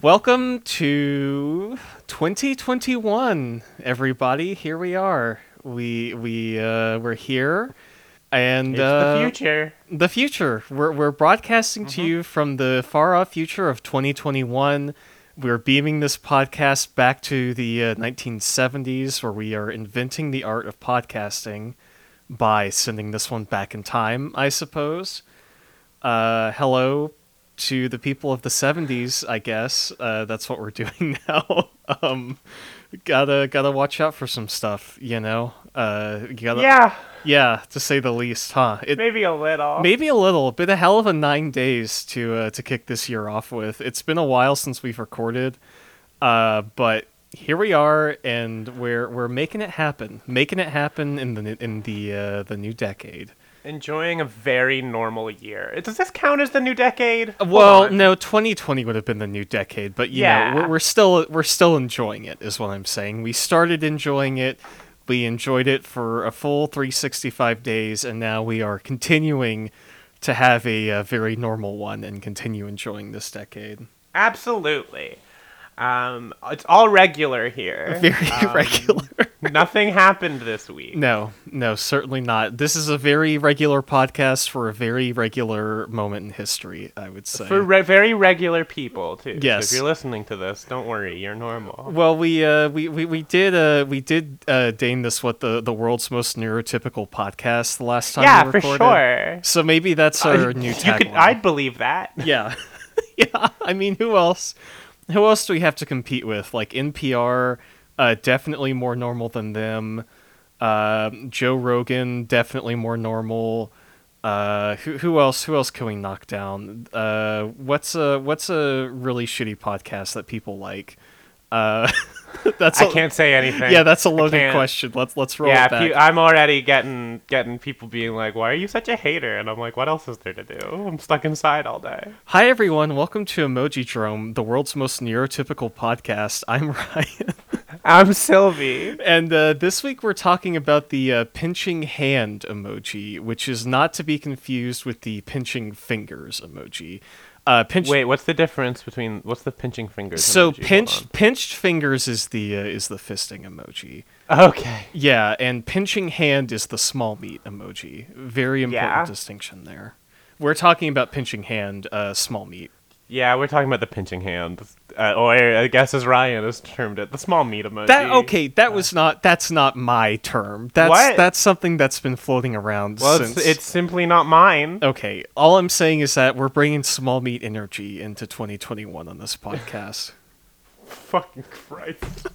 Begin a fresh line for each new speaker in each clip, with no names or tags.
Welcome to 2021, everybody. Here we are. We we uh, we're here, and
It's
uh,
the future.
the future. We're we're broadcasting to you from the far off future of 2021. We're beaming this podcast back to the uh, 1970s, where we are inventing the art of podcasting by sending this one back in time, I suppose. Uh, hello to the people of the 70s, I guess. Uh, that's what we're doing now. um, gotta gotta watch out for some stuff, you know. Uh, you gotta,
Yeah,
yeah, to say the least, huh? It,
maybe a little.
Maybe a little, but a hell of a nine days to uh, to kick this year off with. It's been a while since we've recorded, uh, but here we are, and we're we're making it happen, making it happen in the in the uh, the new decade.
Enjoying a very normal year. Does this count as the new decade? Hold
Uh, well,
on.
no, 2020 would have been the new decade, but you
Yeah.
know, we're, we're still we're still enjoying it, is what I'm saying. We started enjoying it, we enjoyed it for a full 365 days, and now we are continuing to have a, uh very normal one and continue enjoying this decade.
absolutely. Um, it's all regular here.
Very
Um,
regular.
Nothing happened this week.
No, no, certainly not. This is a very regular podcast for a very regular moment in history, I would say.
For re- very regular people too. So
Yes.
if you're listening to this, don't worry, you're normal.
Well, we uh, we, we we did uh, we did uh, deign this what the the world's most neurotypical podcast the last time.
yeah,
we
for
recorded.
sure. Uh,
So maybe that's our new
you
tagline.
could. I'd believe that.
Yeah, yeah. I mean, who else? Who else do we have to compete with? Like NPR, uh, definitely more normal than them. Um Joe Rogan, definitely more normal. Uh, who who else? Who else can we knock down? Uh, what's a what's a really shitty podcast that people like? Uh, that's
I
a-
can't say anything.
yeah, that's a loaded
can't.
question. Let's let's roll
Yeah,
it
if
back.
you, I'm already getting getting people being like, "Why are you such a hater?" And I'm like, "What else is there to do? I'm stuck inside all day."
Hi everyone, welcome to Emoji Drome, the world's most neurotypical podcast. I'm Ryan,
I'm Sylvie.
and uh, this week we're talking about the uh, pinching hand emoji, which is not to be confused with the pinching fingers emoji. Uh, pinch.
Wait, what's the difference between what's the pinching fingers?
so
emoji? Hold
pinched pinched fingers is the uh, is the fisting emoji.
on. Okay.
Yeah, and pinching hand is the small meat emoji. Very important
Yeah.
distinction there. We're talking about pinching hand, uh, small meat.
Yeah, we're talking about the pinching hand, uh, or I guess as Ryan has termed it, the small meat emoji.
That okay? That was not. That's not my term. That's
What?
that's something that's been floating around
Well,
since.
it's, it's simply not mine.
okay. All I'm saying is that we're bringing small meat energy into 2021 on this podcast.
Fucking Christ.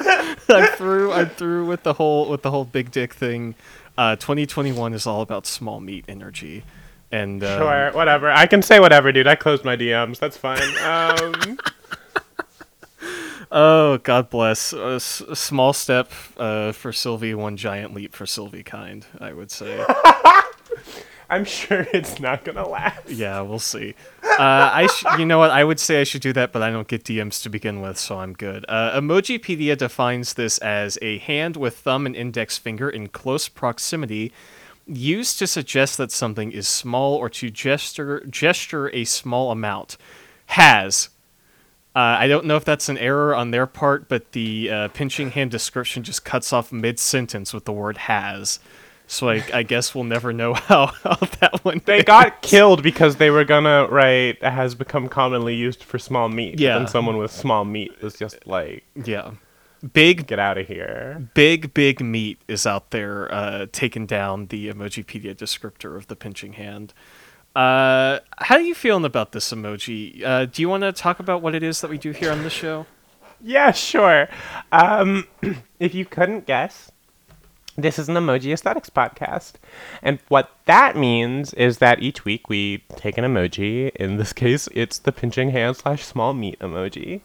I'm through. I'm through with the whole with the whole big dick thing. Uh, 2021 is all about small meat energy, and um,
Sure, whatever. I can say whatever, dude. I closed my DMs. That's fine. Um,
oh God bless. A s- a small step uh, for Sylvie, one giant leap for Sylvie kind. I would say.
I'm sure it's not gonna last.
Yeah, we'll see. Uh, I sh- you know what? I would say I should do that, but I don't get DMs to begin with, so I'm good. Uh, Emojipedia defines this as a hand with thumb and index finger in close proximity, used to suggest that something is small or to gesture gesture a small amount. Has. Uh, I don't know if that's an error on their part, but the uh, pinching hand description just cuts off mid sentence with the word has. So I, I guess we'll never know how, how that one
They got killed because they were gonna write has become commonly used for small meat.
Yeah.
And someone with small meat was just like,
Yeah. Big,
get out of here.
big, big meat is out there uh, taking down the Emojipedia descriptor of the pinching hand. Uh, how are you feeling about this emoji? Uh, do you want to talk about what it is that we do here on the show?
Yeah, sure. Um, if you couldn't guess, this is an emoji aesthetics podcast. And what that means is that each week we take an emoji. In this case, it's the pinching hand slash small meat emoji.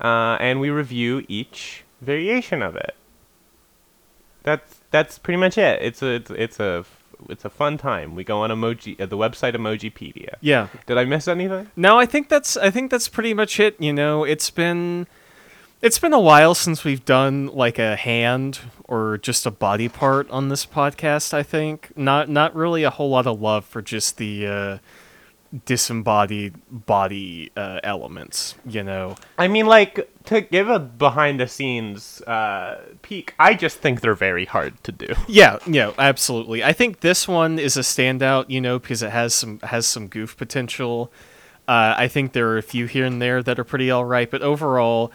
Uh, and we review each variation of it. That's that's pretty much it. It's a it's, it's a it's a fun time. We go on emoji uh, the website Emojipedia.
Yeah.
Did I miss anything?
No, I think that's I think that's pretty much it. You know, it's been it's been a while since we've done like a hand or just a body part on this podcast. I think not not really a whole lot of love for just the uh, disembodied body uh, elements. You know,
I mean, like to give a behind the scenes uh, peek, I just think they're very hard to do.
yeah, yeah, absolutely. I think this one is a standout. You know, because it has some has some goof potential. Uh, I think there are a few here and there that are pretty all right, but overall,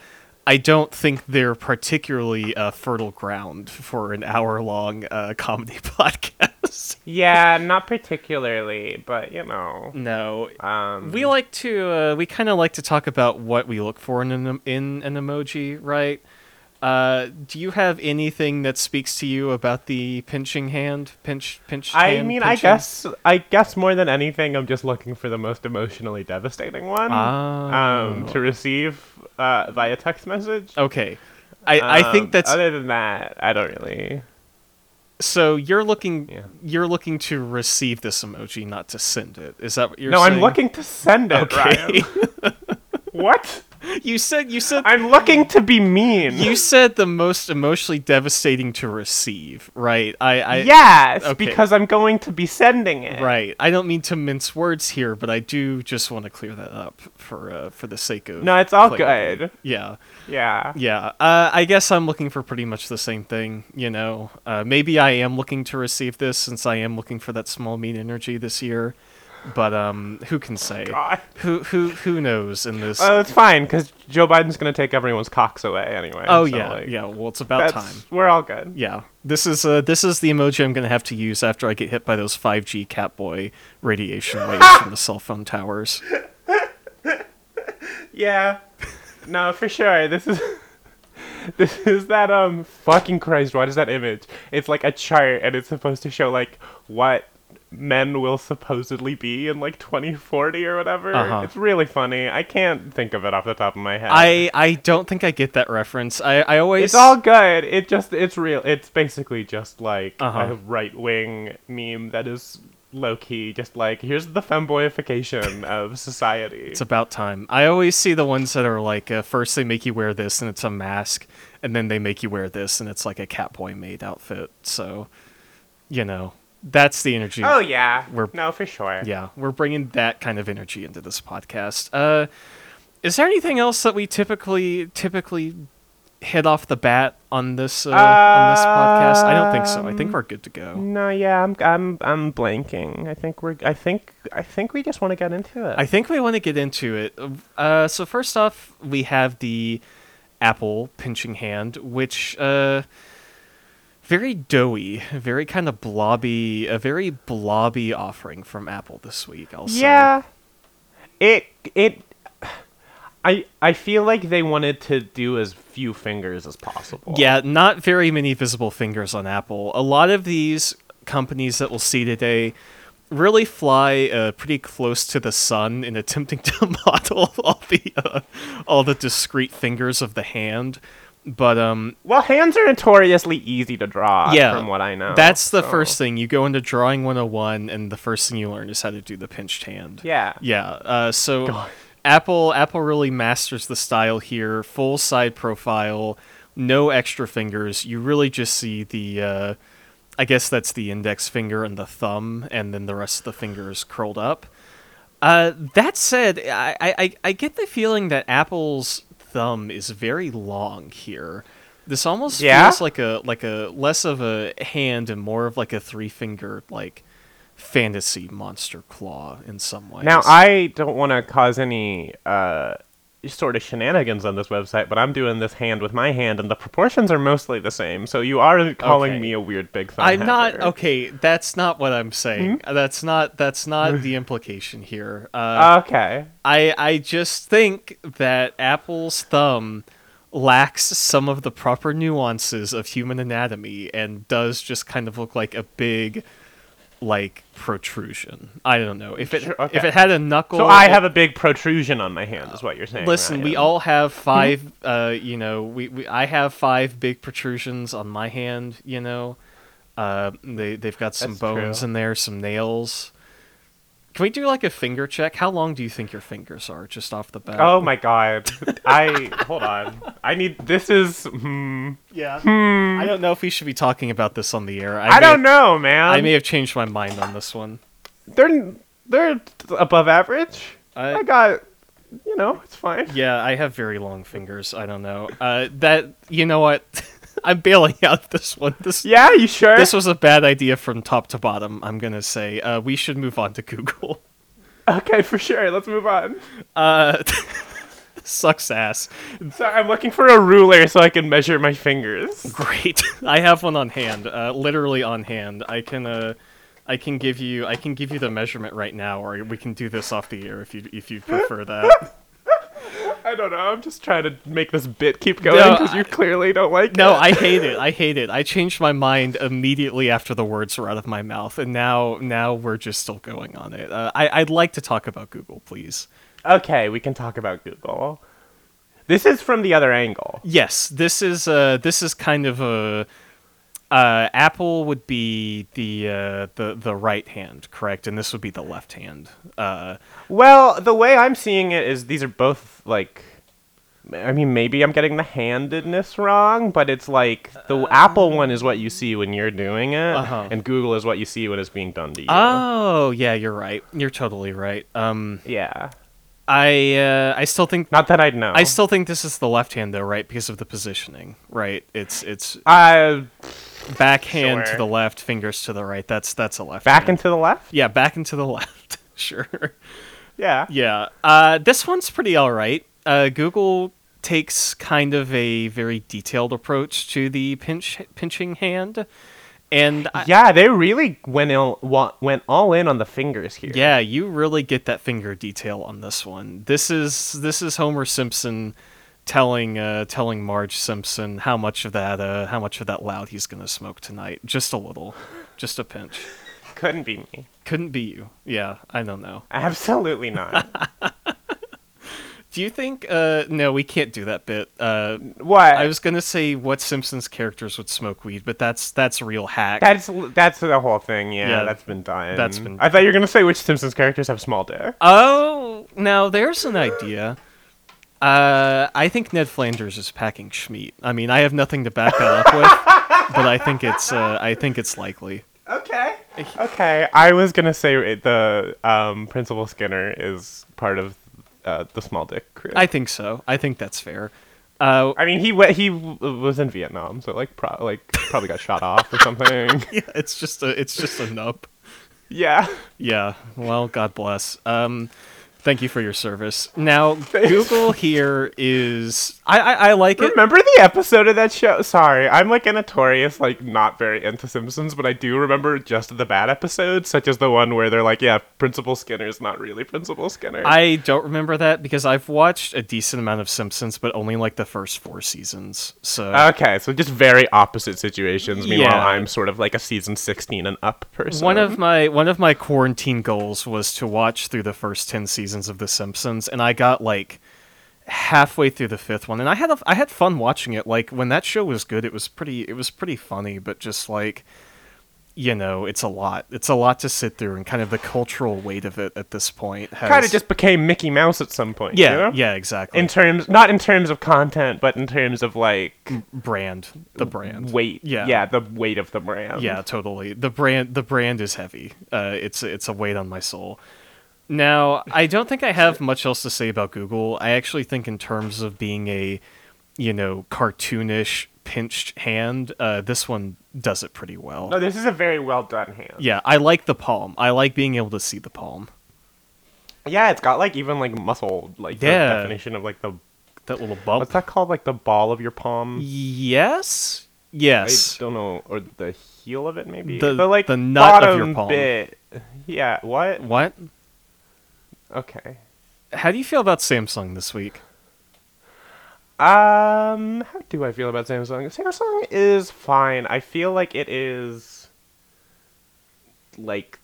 I don't think they're particularly uh, fertile ground for an hour long uh, comedy podcast.
Yeah, not particularly, but you know,
no,
um,
we like to uh, we kind of like to talk about what we look for in an, em- in an emoji right uh, do you have anything that speaks to you about the pinching hand pinch pinch
I
hand
mean, I
pinching?
guess, I guess more than anything, I'm just looking for the most emotionally devastating one um, to receive uh, via text message.
okay i i
Um,
think that's
Other than that, I don't really.
so you're looking
Yeah.
you're looking to receive this emoji not to send it is that what you're
No,
saying
I'm looking to send it.
okay
Ryan. what?
you said you said
I'm looking to be mean.
you said the most emotionally devastating to receive right i i
yes,
okay.
because I'm going to be sending it.
Right. I don't mean to mince words here, but I do just want to clear that up for uh, for the sake of.
No, it's all
clarity.
good.
Yeah,
Yeah.
yeah. Uh, I guess I'm looking for pretty much the same thing. You know, uh, maybe I am looking to receive this since I am looking for that small mean energy this year, but um, who can say?
God.
Who who who knows in this?
Oh, it's fine because Joe Biden's going to take everyone's cocks away anyway.
oh
so,
yeah,
like,
yeah. Well, it's about
That's,
time.
We're all good.
Yeah, this is uh, this is the emoji I'm gonna have to use after I get hit by those 5G Catboy radiation waves from the cell phone towers.
Yeah. No, for sure. This is this is that um fucking Christ, what is that image? It's like a chart and it's supposed to show like what men will supposedly be in like 2040 or whatever.
Uh-huh.
It's really funny. I can't think of it off the top of my head.
I I don't think I get that reference. I I always
it's all good. It just it's real. It's basically just like
Uh-huh.
a right wing meme that is low key. Just like here's the femboyification of society.
it's about time. I always see the ones that are like uh, first they make you wear this and it's a mask, and then they make you wear this and it's like a Catboy made outfit. So, you know, that's the energy.
oh yeah,
We're-
no for sure.
yeah, we're bringing that kind of energy into this podcast. Uh, is there anything else that we typically typically hit off the bat on this uh, on this podcast? I don't think so. I
Um,
think we're good to go.
No, yeah, I'm I'm I'm blanking. I think we're I think I think we just want to get into it.
I think we want to get into it. Uh, so first off, we have the apple pinching hand, which uh, very doughy, very kind of blobby, a very blobby offering from Apple this week. I'll say.
yeah. It it I I feel like they wanted to do as few fingers as possible.
Yeah, not very many visible fingers on Apple. A lot of these companies that we'll see today really fly uh, pretty close to the sun in attempting to model all the uh, all the discrete fingers of the hand. But um,
Well, hands are notoriously easy to draw
yeah,
from what I know.
that's the
so-
first thing. You go into drawing 101, and the first thing you learn is how to do the pinched hand.
Yeah.
Yeah. Uh, so Apple Apple really masters the style here. Full side profile, no extra fingers. You really just see the. Uh, I guess that's the index finger and the thumb, and then the rest of the fingers curled up. Uh, that said, I, I, I- I get the feeling that Apple's thumb is very long here. This almost
Yeah?
feels like a like a less of a hand and more of like a three fingered like fantasy monster claw in some ways.
Now I don't want to cause any uh, sort of shenanigans on this website, but I'm doing this hand with my hand, and the proportions are mostly the same. So you are calling
Okay.
me a weird big thumb.
I'm not
hacker.
okay. That's not what I'm saying.
Hmm?
That's not that's not the implication here. Uh,
okay.
I I just think that Apple's thumb lacks some of the proper nuances of human anatomy and does just kind of look like a big like protrusion. I don't know. If it
Sure, okay.
if it had a knuckle
So I have a big protrusion on my hand, is what you're saying.
Listen, we
Ryan.
all have
Mm-hmm.
five uh you know, we, we I have five big protrusions on my hand, you know. Uh they they've got some
That's
bones
true.
in there, some nails. Can we do like a finger check? How long do you think your fingers are just off the bat?
Oh my god. I hold on. I need. This is. Hmm,
Yeah. I don't know if we should be talking about this on the air. I,
I,
may
don't
have-
know, man.
I may have changed my mind on this one.
They're They're above average.
I-
I got, you know, it's fine.
Yeah, I have very long fingers. I don't know. Uh, that you know what? I'm bailing out this one. This
Yeah, you sure?
this was a bad idea from top to bottom. I'm gonna say uh, we should move on to Google.
okay, for sure. Let's move on.
Uh, sucks ass.
So I'm looking for a ruler so I can measure my fingers.
Great. I have one on hand. Uh, literally on hand. I can. Uh, I can give you. I can give you the measurement right now, or we can do this off the air if you if you prefer that.
I don't know. I'm just trying to make this bit keep going
No,
because
I-
you clearly don't like
No,
it.
I hate it. I hate it. I changed my mind immediately after the words were out of my mouth, and now now we're just still going on it. Uh, I, I'd like to talk about Google, please.
Okay, we can talk about Google. This is from the other angle.
Yes, this is uh this is kind of a uh, Apple would be the uh, the the right hand, correct, and this would be the left hand. Uh,
Well, the way I'm seeing it is these are both like. I mean, maybe I'm getting the handedness wrong, but it's like the Apple one is what you see when you're doing it,
Uh, Uh-huh.
and Google is what you see when it's being done to you.
oh yeah, you're right. You're totally right. Um,
yeah.
I uh, I still think
Not that I'd know.
I still think this is the left hand though, right? Because of the positioning, right? It's it's
uh,
backhand
Sure.
to the left, fingers to the right. That's that's a left.
back
hand.
and to the left?
yeah, back and to the left. sure.
Yeah.
Yeah. Uh, this one's pretty all right. Uh, Google takes kind of a very detailed approach to the pinch pinching hand, and I,
Yeah, they really went all, wa- went all in on the fingers here.
yeah, you really get that finger detail on this one. This is this is Homer Simpson telling uh, telling Marge Simpson how much of that uh, how much of that loud he's gonna smoke tonight. Just a little, just a pinch.
Couldn't be me.
Couldn't be you. Yeah, I don't know.
Absolutely not.
Do you think? Uh, no, we can't do that bit. Uh,
what?
I was gonna say what Simpsons characters would smoke weed, but that's that's a real hack.
That's that's the whole thing. Yeah,
Yeah,
that's been done.
that's been-
I thought you were gonna say which Simpsons characters have small dick.
oh, now there's an idea. Uh, I think Ned Flanders is packing Schmeat. I mean, I have nothing to back that up with, but I think it's uh, I think it's likely.
Okay. Okay. I was gonna say it- the um, Principal Skinner is part of uh, the small dick crew.
I think so. I think that's fair. Uh,
I mean, he went, he w- was in Vietnam, so like pro- like probably got shot off or something.
yeah, it's just a it's just a nub.
yeah.
Yeah. Well, God bless. Um, thank you for your service. Now, Google here is I I, I like it.
Remember the episode of that show? Sorry, I'm like a notorious like not very into Simpsons, but I do remember just the bad episodes, such as the one where they're like, yeah, Principal Skinner is not really Principal Skinner.
I don't remember that because I've watched a decent amount of Simpsons, but only like the first four seasons. So
Okay, so just very opposite situations. Meanwhile,
Yeah.
I'm sort of like a season 16 and up person.
one of my one of my quarantine goals was to watch through the first ten seasons of The Simpsons, and I got like halfway through the fifth one, and I had a, I had fun watching it. Like when that show was good, it was pretty it was pretty funny, but just like you know, it's a lot. It's a lot to sit through, and kind of the cultural weight of it at this point has
kind of just became Mickey Mouse at some point.
yeah
you know?
yeah exactly
In terms, not in terms of content, but in terms of like
brand the brand
weight.
yeah
yeah, the weight of the brand.
Yeah, totally. The brand the brand is heavy. Uh, it's it's a weight on my soul. Now, I don't think I have much else to say about Google. I actually think in terms of being a, you know, cartoonish pinched hand, uh, this one does it pretty well.
No, this is a very well done hand.
Yeah, I like the palm. I like being able to see the palm.
Yeah, it's got like even like muscle, like
Yeah.
the definition of like the
That little bump.
what's that called, like the ball of your palm.
Yes.
I
Yes.
don't know, or the heel of it maybe.
The-
like
the nut of your
bottom
palm.
Bit. Yeah. What?
What?
Okay.
How do you feel about Samsung this week?
Um, how do I feel about Samsung? Samsung is fine. I feel like it is like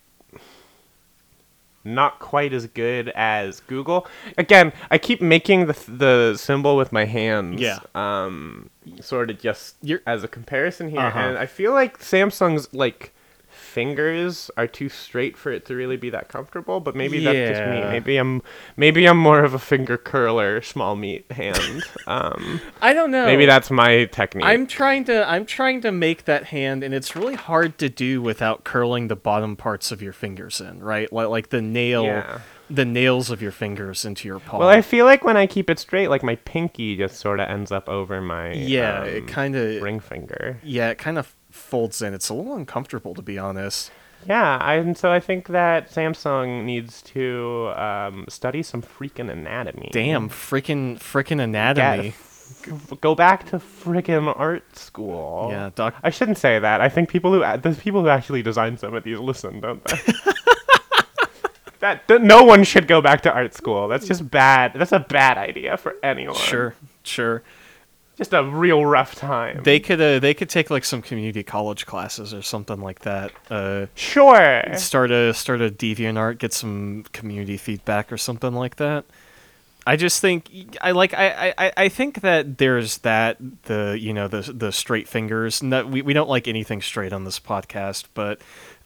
not quite as good as Google. Again, I keep making the the symbol with my hands.
Yeah.
Um, sort of just
You're-
as a comparison here,
Uh-huh.
and I feel like Samsung's like fingers are too straight for it to really be that comfortable. But maybe that's just me.
Yeah.
Maybe I'm maybe I'm more of a finger curler, small meat hand. um,
I don't know.
maybe that's my technique.
Oh. I'm trying to I'm trying to make that hand, and it's really hard to do without curling the bottom parts of your fingers in, right? Like like the nail,
Yeah.
the nails of your fingers into your palm.
well, I feel like when I keep it straight, like my pinky just sort of ends up over my
yeah, it
um,
kind of
ring finger.
yeah, it kind of folds in. It's a little uncomfortable to be honest.
Yeah, I, and so I think that Samsung needs to um, study some freaking anatomy.
Damn, freaking freaking
Get-
anatomy.
f- go back to freaking art school.
Yeah, doc-
I shouldn't say that. I think people who a- the people who actually design some of these listen, don't they? that, that no one should go back to art school. That's just bad. That's a bad idea for anyone.
Sure, sure.
Just a real rough time.
They could uh, they could take like some community college classes or something like that. Uh,
sure.
start a start a deviant art get some community feedback or something like that i just think i like i i, I- I think that there's that the you know the the straight fingers no, we, we don't like anything straight on this podcast but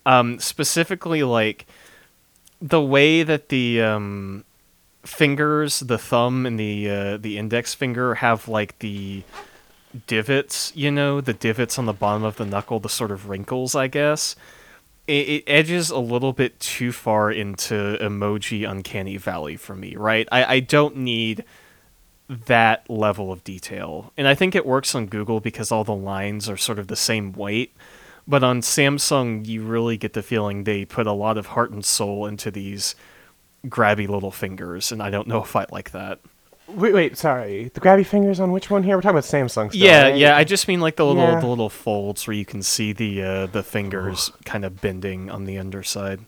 um specifically like the way that the um fingers the thumb and the uh, the index finger have like the divots you know the divots on the bottom of the knuckle the sort of wrinkles i guess it, it edges a little bit too far into emoji uncanny valley for me right I, I don't need that level of detail and i think it works on google because all the lines are sort of the same weight but on samsung you really get the feeling they put a lot of heart and soul into these grabby little fingers and i don't know if i like that
Wait, wait, sorry. The grabby fingers on which one here? We're talking about Samsung. Still,
yeah
right?
yeah i just mean like the little
Yeah.
the little folds where you can see the uh, the fingers kind of bending on the underside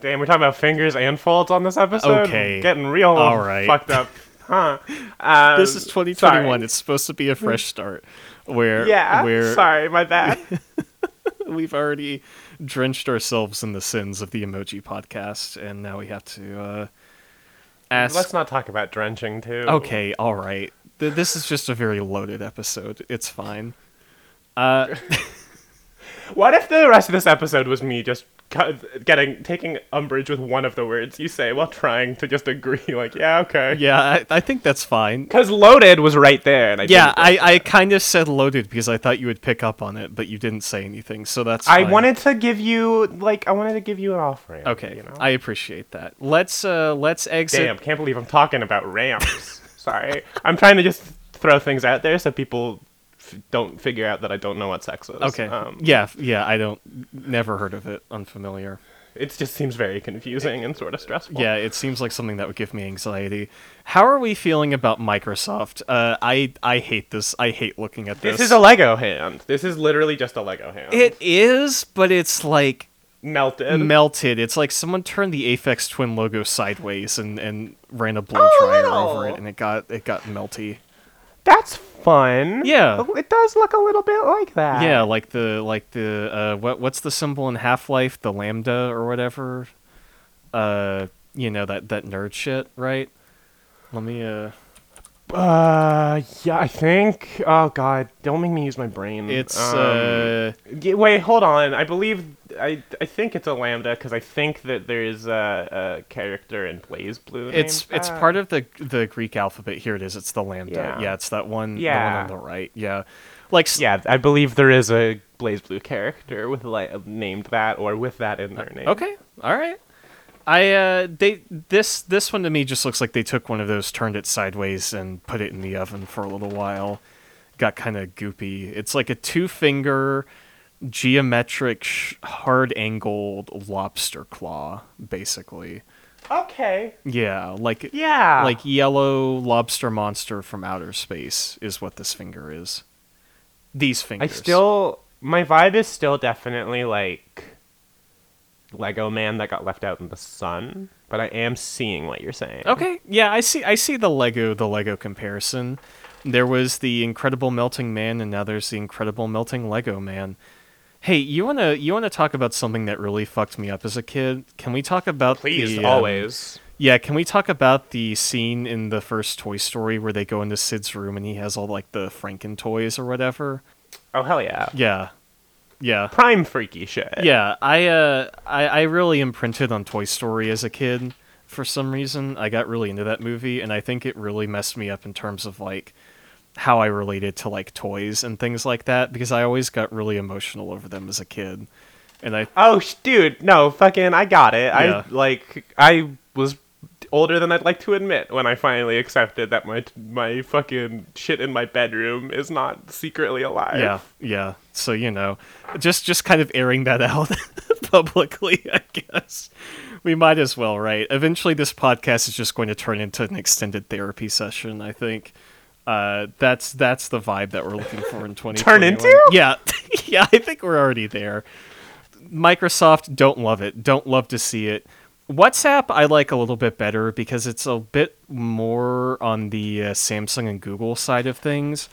Damn, we're talking about fingers and folds on this episode.
Okay.
getting real
All right.
fucked up, huh? Um,
this is 2021.
sorry.
It's supposed to be a fresh start, where
Yeah,
where
sorry, my bad.
we've already drenched ourselves in the sins of the emoji podcast, and now we have to uh, ask.
Let's not talk about drenching too.
okay, all right. Th- this is just a very loaded episode. It's fine. Uh,
What if the rest of this episode was me just cut- getting taking umbrage with one of the words you say while trying to just agree, like, yeah, okay.
yeah, I, I think that's fine.
Because loaded was right there, and I
Yeah,
didn't-
I, I kind of said loaded because I thought you would pick up on it, but you didn't say anything, so that's.
I
fine.
wanted to give you like I wanted to give you an offering.
Okay,
you know?
I appreciate that. Let's uh let's exit.
Damn, can't believe I'm talking about ramps. Sorry. I'm trying to just throw things out there so people f- don't figure out that I don't know what sex is.
Okay.
Um,
yeah, f- yeah. I don't. Never heard of it. Unfamiliar.
it just seems very confusing and sort of stressful.
Yeah, it seems like something that would give me anxiety. How are we feeling about Microsoft? Uh, I I hate this. I hate looking at this.
This is a Lego hand. This is literally just a Lego hand.
It is, but it's like
melted.
melted. It's like someone turned the Aphex Twin logo sideways and and ran a blow
Oh,
dryer
no.
over it, and it got it got melty.
That's fun.
Yeah.
Oh, It does look a little bit like that.
Yeah, like the like the uh, what what's the symbol in Half Life? The lambda or whatever. Uh, you know that that nerd shit, right? Let me uh.
Uh, yeah, I think. Oh god, don't make me use my brain.
It's
Um,
uh.
y- wait, hold on. I believe I I think it's a lambda because I think that there is a, a character in Blaze Blue.
It's it's part of the the Greek alphabet. Here it is. It's the lambda. Yeah,
uh, Yeah.
it's that one.
Yeah.
The one on the right. Yeah. Like s-
Yeah, I believe there is a Blaze Blue character with like named that or with that in their name.
Uh, Okay. All right. I uh they this this one to me just looks like they took one of those, turned it sideways, and put it in the oven for a little while. Got kind of goopy. It's like a two finger, geometric, sh- hard angled lobster claw, basically.
Okay.
Yeah, like
Yeah.
like yellow lobster monster from outer space is what this finger is. These
I
fingers.
still my vibe is still definitely like Lego man that got left out in the sun, but I am seeing what you're saying.
okay. Yeah, I see. I see the Lego. The Lego comparison. There was the Incredible Melting Man, and now there's the Incredible Melting Lego Man. Hey, you wanna you wanna talk about something that really fucked me up as a kid? Can we talk about
Please
the, um,
always.
Yeah, can we talk about the scene in the first Toy Story where they go into Sid's room and he has all like the Franken toys or whatever?
Oh hell yeah.
Yeah. Yeah.
prime freaky shit.
Yeah, I uh I, I really imprinted on Toy Story as a kid for some reason. I got really into that movie and I think it really messed me up in terms of like how I related to like toys and things like that because I always got really emotional over them as a kid. And I
Oh, sh- dude, no, fucking, I got it.
Yeah.
I like, I was older than I'd like to admit when I finally accepted that my my fucking shit in my bedroom is not secretly alive.
yeah, yeah. So, you know, just just kind of airing that out publicly, I guess. We might as well, right? Eventually this podcast is just going to turn into an extended therapy session, I think. Uh, that's that's the vibe that we're looking for in 2021.
Turn into?
Yeah. yeah, I think we're already there. Microsoft don't love it. Don't love to see it. WhatsApp I like a little bit better because it's a bit more on the uh, Samsung and Google side of things,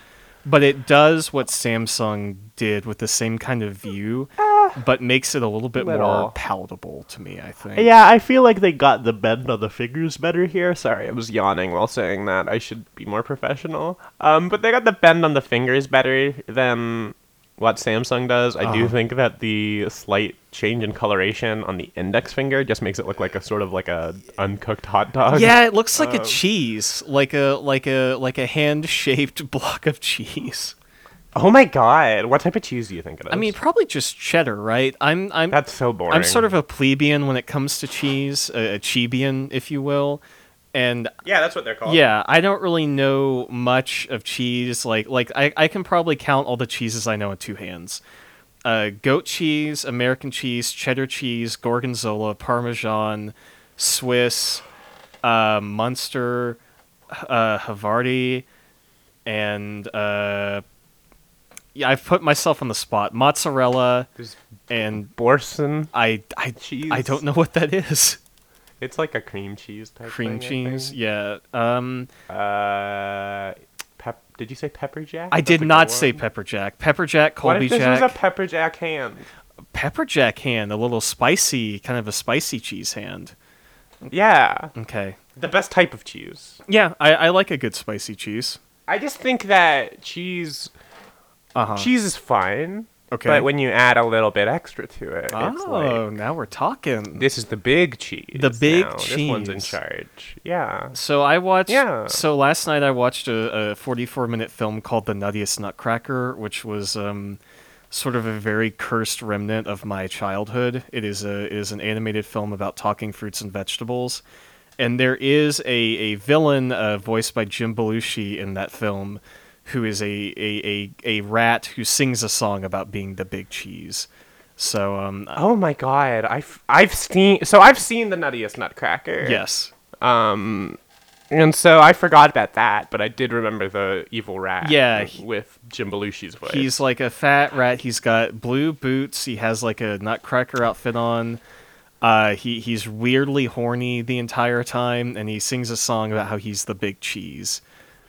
but it does what Samsung did with the same kind of view,
Ah.
but makes it a little bit more
Little.
palatable to me. I think.
Yeah, I feel like they got the bend on the fingers better here. Sorry, I was yawning while saying that. I should be more professional. Um, but they got the bend on the fingers better than what Samsung does. I do think that the slight change in coloration on the index finger just makes it look like a sort of like a uncooked hot dog.
Yeah, it looks like a cheese, like a like a like a hand-shaped block of cheese.
Oh my god, what type of cheese do you think it is?
I mean, probably just cheddar, right? I'm I'm
that's so boring.
I'm sort of a plebeian when it comes to cheese, a, a chebian, if you will, and
yeah, that's what they're called.
yeah, I don't really know much of cheese. Like like I I can probably count all the cheeses I know in two hands. Uh, goat cheese, American cheese, cheddar cheese, gorgonzola, parmesan, Swiss, uh, Munster, uh, Havarti, and uh, yeah, I've put myself on the spot. Mozzarella
There's
and
Borson.
I I
Cheese.
I don't know what that is.
It's like a cream cheese type.
Cream
thing, I think.
cheese, yeah. Um,
Uh, pep- did you say pepper jack?
I
That's
did
a good
not say
one.
pepper jack. Pepper jack,
What
Colby
if this
jack,
was a pepper jack hand?
pepper jack hand, a little spicy, kind of a spicy cheese hand.
Yeah,
Okay,
the best type of cheese.
yeah, I, I like a good spicy cheese.
I just think that cheese
Uh huh.
cheese is fine,
Okay.
but when you add a little bit extra to it, it's
oh,
like
now we're talking.
this is the big cheese.
The big
now. This one's in
cheese.
charge. Yeah.
So I watched.
Yeah.
So last night I watched a, a 44 minute film called The Nuttiest Nutcracker, which was um, sort of a very cursed remnant of my childhood. It is a it is an animated film about talking fruits and vegetables, and there is a a villain uh, voiced by Jim Belushi in that film, who is a a, a a rat who sings a song about being the big cheese. So um
Oh my god, I've I've seen so I've seen the nuttiest nutcracker.
yes.
And so I forgot about that, but I did remember the evil rat.
Yeah, he-
with Jim Belushi's voice.
He's like a fat rat. He's got blue boots. He has like a nutcracker outfit on. Uh, he he's weirdly horny the entire time, and he sings a song about how he's the big cheese.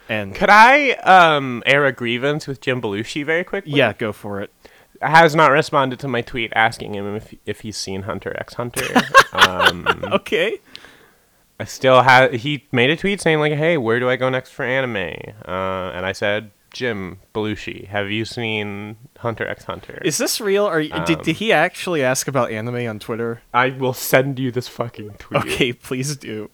And
Could I um, air a grievance with Jim Belushi very quickly?
yeah, go for it.
Has not responded to my tweet asking him if, if he's seen Hunter x Hunter. um,
Okay.
I still have. He made a tweet saying like, "Hey, where do I go next for anime?" Uh, and I said, "Jim Belushi, have you seen Hunter x Hunter?"
Is this real? Or did, did he actually ask about anime on Twitter?
I will send you this fucking tweet.
Okay, please do.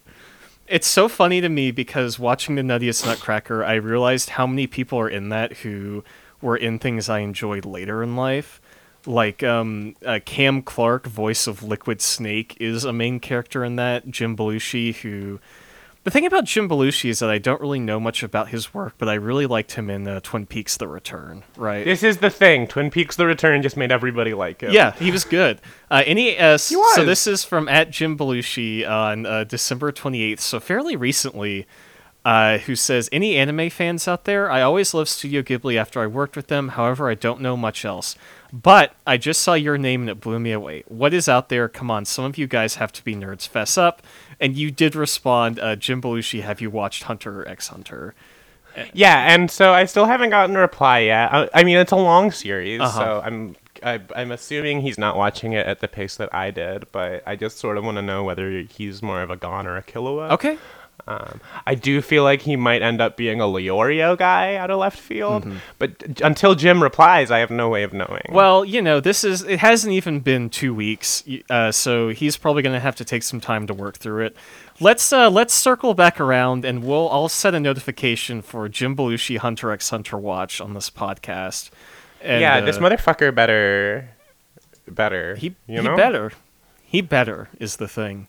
It's so funny to me because watching the Nuttiest Nutcracker, I realized how many people are in that who were in things I enjoyed later in life. Like um, uh, Cam Clark, voice of Liquid Snake, is a main character in that. Jim Belushi, who the thing about Jim Belushi is that I don't really know much about his work, but I really liked him in uh, Twin Peaks: The Return. Right?
This is the thing. Twin Peaks: The Return just made everybody like him.
Yeah, he was good. Uh, any uh, s- so
was.
this is from at Jim Belushi on uh, December twenty eighth, so fairly recently. Uh, who says any anime fans out there? I always loved Studio Ghibli after I worked with them. However, I don't know much else. But I just saw your name and it blew me away. What is out there? Come on, some of you guys have to be nerds. Fess up. And you did respond, uh, Jim Belushi. Have you watched Hunter x Hunter?
Yeah, and so I still haven't gotten a reply yet. I, I mean, it's a long series,
Uh-huh.
so I'm I, I'm assuming he's not watching it at the pace that I did. But I just sort of want to know whether he's more of a gon or a killua.
Okay.
Um, I do feel like he might end up being a Leorio guy out of left field, but d- until Jim replies, I have no way of knowing.
Mm-hmm. Well, you know, this is it hasn't even been two weeks, y- uh, so he's probably going to have to take some time to work through it. Let's uh, let's circle back around, and we'll I'll set a notification for Jim Belushi Hunter X Hunter Watch on this podcast. And,
yeah, this
uh,
motherfucker better, better.
He,
you
he
know?
better. He better is the thing.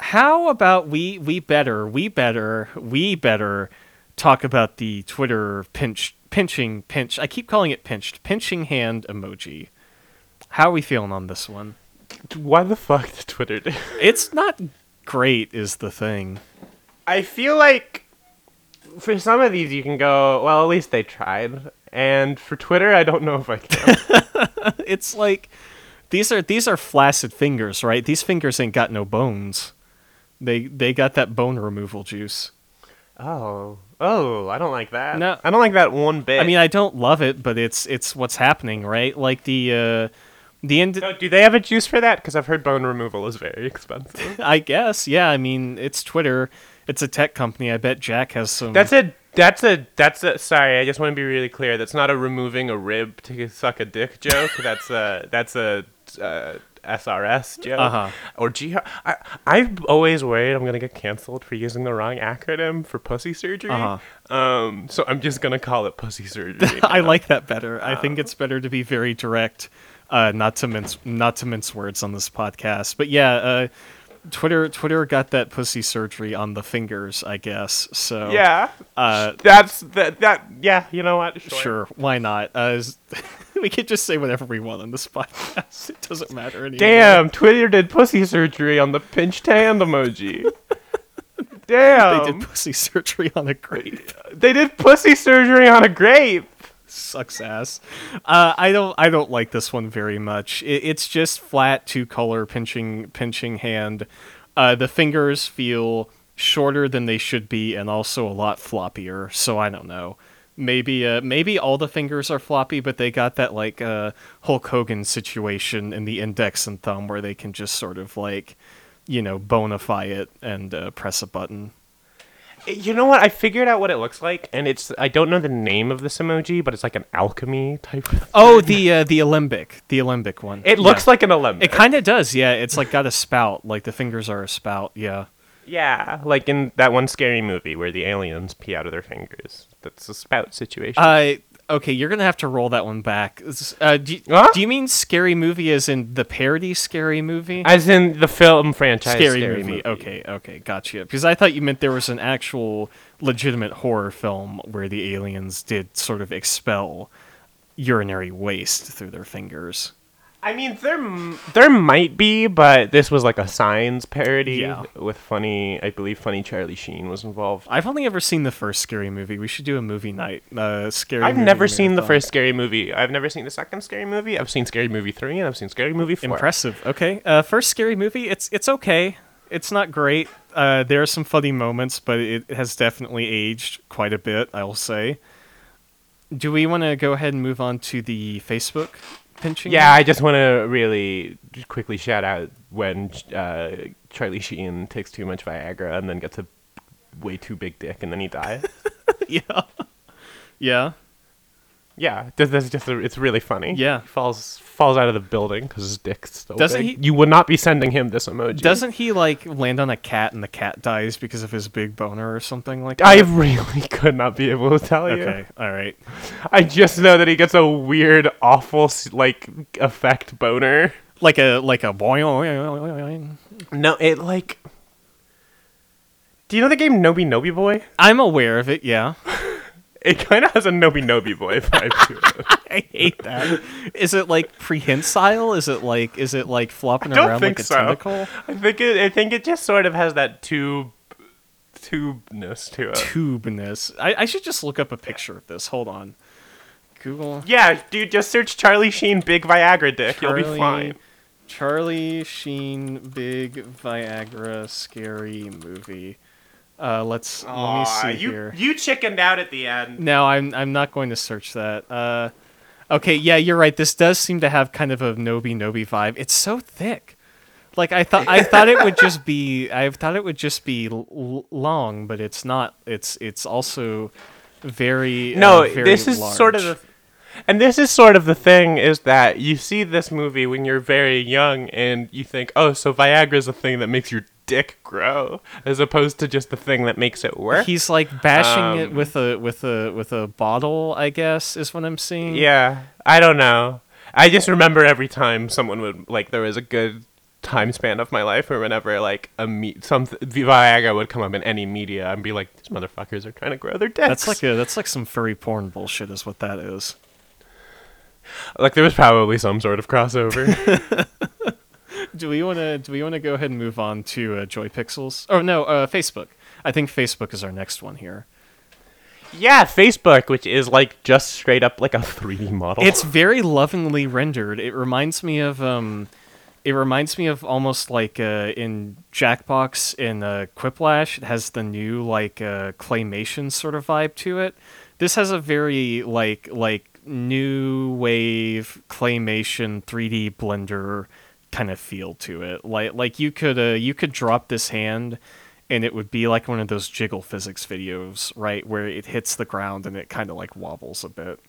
How about we we better we better we better talk about the Twitter pinch pinching pinch. I keep calling it pinched pinching hand emoji. How are we feeling on this one?
Why the fuck did Twitter do?
It's not great is the thing.
I feel like for some of these you can go, well, at least they tried. And for Twitter, I don't know if I can.
It's like these are these are flaccid fingers, right? These fingers ain't got no bones. They they got that bone removal juice.
oh, oh, I don't like that.
No.
I don't like that one bit.
I mean, I don't love it, but it's it's what's happening, right? Like the uh, the end.
So do they have a juice for that? Because I've heard bone removal is very expensive.
I guess, yeah. I mean, it's Twitter. It's a tech company. I bet Jack has some.
that's a that's a that's a sorry. I just want to be really clear. That's not a removing a rib to suck a dick joke. that's a that's a uh, SRS joke
Uh-huh.
or GR. I I've always worried I'm gonna get canceled for using the wrong acronym for pussy surgery.
Uh-huh.
Um, so I'm just gonna call it pussy surgery.
I like that better.
Uh,
I think it's better to be very direct, uh, not to mince not to mince words on this podcast. But yeah, uh, Twitter Twitter got that pussy surgery on the fingers, I guess. So
yeah.
Uh,
that's that that yeah. You know what?
Sure, why not? Uh, is- we could just say whatever we want on this podcast. It doesn't matter anymore.
Damn, Twitter did pussy surgery on the pinched hand emoji.
They
Damn,
did pussy surgery on a grape.
pussy surgery on a grape.
Sucks ass. Uh, I don't. I don't like this one very much. It, it's just flat two color pinching pinching hand. Uh, the fingers feel shorter than they should be, and also a lot floppier. So I don't know. Maybe uh, maybe all the fingers are floppy, but they got that like uh, Hulk Hogan situation in the index and thumb where they can just sort of like, you know, bonify it and uh, press a button.
You know what? I figured out what it looks like, and it's I don't know the name of this emoji, but it's like an alchemy type. Of
Oh, the uh, the alembic, the alembic one.
It
Yeah.
looks like an alembic.
It kind of does, yeah. It's like got a spout, like the fingers are a spout, yeah.
yeah, like in that one scary movie where the aliens pee out of their fingers. That's a spout situation.
Uh, okay, you're gonna have to roll that one back. Is- Uh, do, you,
Huh?
do you mean scary movie as in the parody scary movie?
As in the film franchise.
scary, movie. Okay, okay, gotcha. Because I thought you meant there was an actual legitimate horror film where the aliens did sort of expel urinary waste through their fingers.
I mean, there m- there might be, but this was like a Signs parody
Yeah.
with funny. I believe funny Charlie Sheen was involved.
I've only ever seen the first scary movie. We should do a movie night. Uh, scary.
I've
Movie
never seen the
marathon.
first Scary Movie. I've never seen the second Scary Movie. I've seen Scary Movie three, and I've seen Scary Movie four.
Impressive. Okay. Uh, first scary movie. It's it's okay. It's not great. Uh, there are some funny moments, but it has definitely aged quite a bit. I will say. Do we want to go ahead and move on to the Facebook pinching?
Yeah, I just want to really quickly shout out when uh, Charlie Sheen takes too much Viagra and then gets a way too big dick and then he dies.
yeah. Yeah.
yeah, this, this is just a, it's really funny.
Yeah.
he falls falls out of the building because his dick's so
Doesn't
big.
he-
You would not be sending him this emoji.
Doesn't he like land on a cat and the cat dies because of his big boner or something like
I
that?
really could not be able to tell you.
Okay. All right.
I just know that he gets a weird, awful, s- like effect boner.
Like a like a boing.
No, it like. Do you know the game Nobi Nobi Boy?
I'm aware of it. Yeah.
It kind of has a Nobi Nobi Boy vibe to it.
I hate that. Is it like prehensile? Is it like is it like flopping
don't
around
think
like a
so.
tentacle?
I think it. I think it just sort of has that tube, tubeness to it.
Tubeness. I, I should just look up a picture of this. Hold on. Google
Yeah, dude, just search Charlie Sheen big Viagra dick. You'll be fine.
Charlie Sheen Big Viagra Scary Movie. Uh, let's let me
Aw,
see
you
here.
you chickened out at the end.
No, I'm I'm not going to search that. Uh, okay, yeah, you're right. This does seem to have kind of a Nobi Nobi vibe. It's so thick. Like I thought, I thought it would just be. I thought it would just be l- l- long, but it's not. It's it's also very
no
uh, very
this is sort of the,
large.
and this is sort of the thing is that you see this movie when you're very young and you think oh so viagra's a thing that makes your dick grow as opposed to just the thing that makes it work
He's like bashing it with a with a with a bottle. I guess is what I'm seeing.
yeah i don't know i just remember every time someone would like there was a good time span of my life or whenever like a me- some viagra would come up in any media and be like these motherfuckers are trying to grow their dicks
That's like a that's like some furry porn bullshit is what that is.
like there was probably some sort of crossover
Do we want to do we want to go ahead and move on to uh, Joy Pixels? Oh no, uh, Facebook. I think Facebook is our next one here.
Yeah, Facebook, which is like just straight up like a 3D model.
It's very lovingly rendered. It reminds me of um, it reminds me of almost like uh, in Jackbox in uh, Quiplash. It has the new like uh, claymation sort of vibe to it. This has a very like like new wave claymation 3D Blender kind of feel to it. Like like you could uh, you could drop this hand. And it would be like one of those jiggle physics videos, right, where it hits the ground and it kind of like wobbles a bit.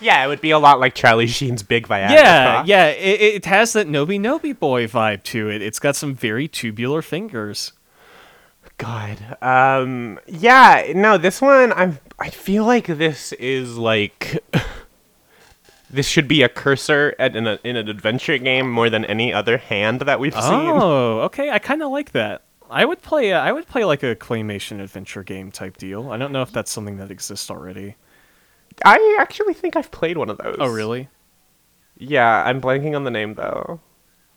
yeah, it would be a lot like Charlie Sheen's Big Viagra.
Yeah,
cock.
yeah. It, it has that Nobi Nobi boy vibe to it. It's got some very tubular fingers.
God. Um yeah, no, this one I'm I feel like this is like this should be a cursor at in, a, in an adventure game more than any other hand that we've seen.
Oh, okay. I kind of like that. I would play. A, I would play like a claymation adventure game type deal. I don't know if that's something that exists already.
I actually think I've played one of those.
Oh, really?
Yeah, I'm blanking on the name though.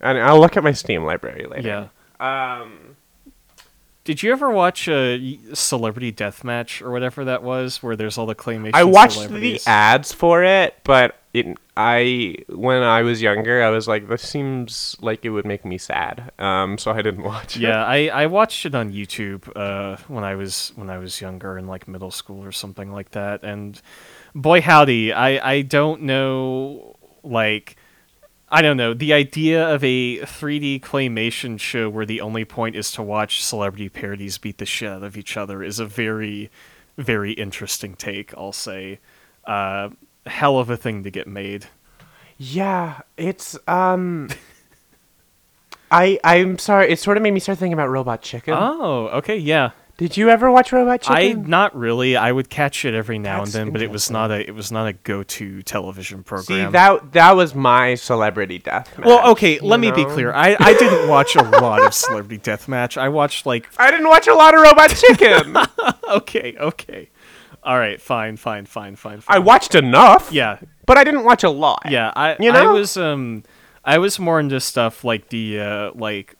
And I'll look at my Steam library later.
Yeah. Um. Did you ever watch uh, Celebrity Deathmatch or whatever that was, where there's all the claymation?
I watched the
celebrities?
ads for it, but it, I when I was younger, I was like, this seems like it would make me sad. Um, so I didn't watch it.
Yeah, I, I watched it on YouTube uh, when I was when I was younger in like middle school or something like that. And boy howdy, I, I don't know like I don't know the idea of a 3D claymation show where the only point is to watch celebrity parodies beat the shit out of each other is a very very interesting take. I'll say, uh, hell of a thing to get made.
Yeah, it's um. I I'm sorry. It sort of made me start thinking about Robot Chicken.
Oh, okay, yeah.
Did you ever watch Robot
I
Chicken?
not really. I would catch it every now
That's
and then, but it was not a it was not a go to television
see
program.
that that was my celebrity death.
well, oh, okay, let me be
know?
clear. I, I didn't watch a lot of Celebrity Deathmatch. I watched like
I didn't watch a lot of Robot Chicken.
okay, okay, all right, fine, fine, fine, fine.
I
fine.
watched enough.
yeah,
but I didn't watch a lot.
yeah. I
You
I
know?
was um I was more into stuff like the uh like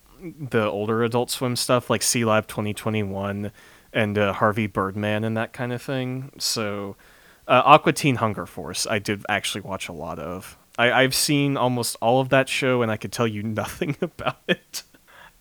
the older Adult Swim stuff, like Sea Lab twenty twenty one and uh, Harvey Birdman and that kind of thing. So uh, Aqua Teen Hunger Force, I did actually watch a lot of. I, I've seen almost all of that show, and I could tell you nothing about it.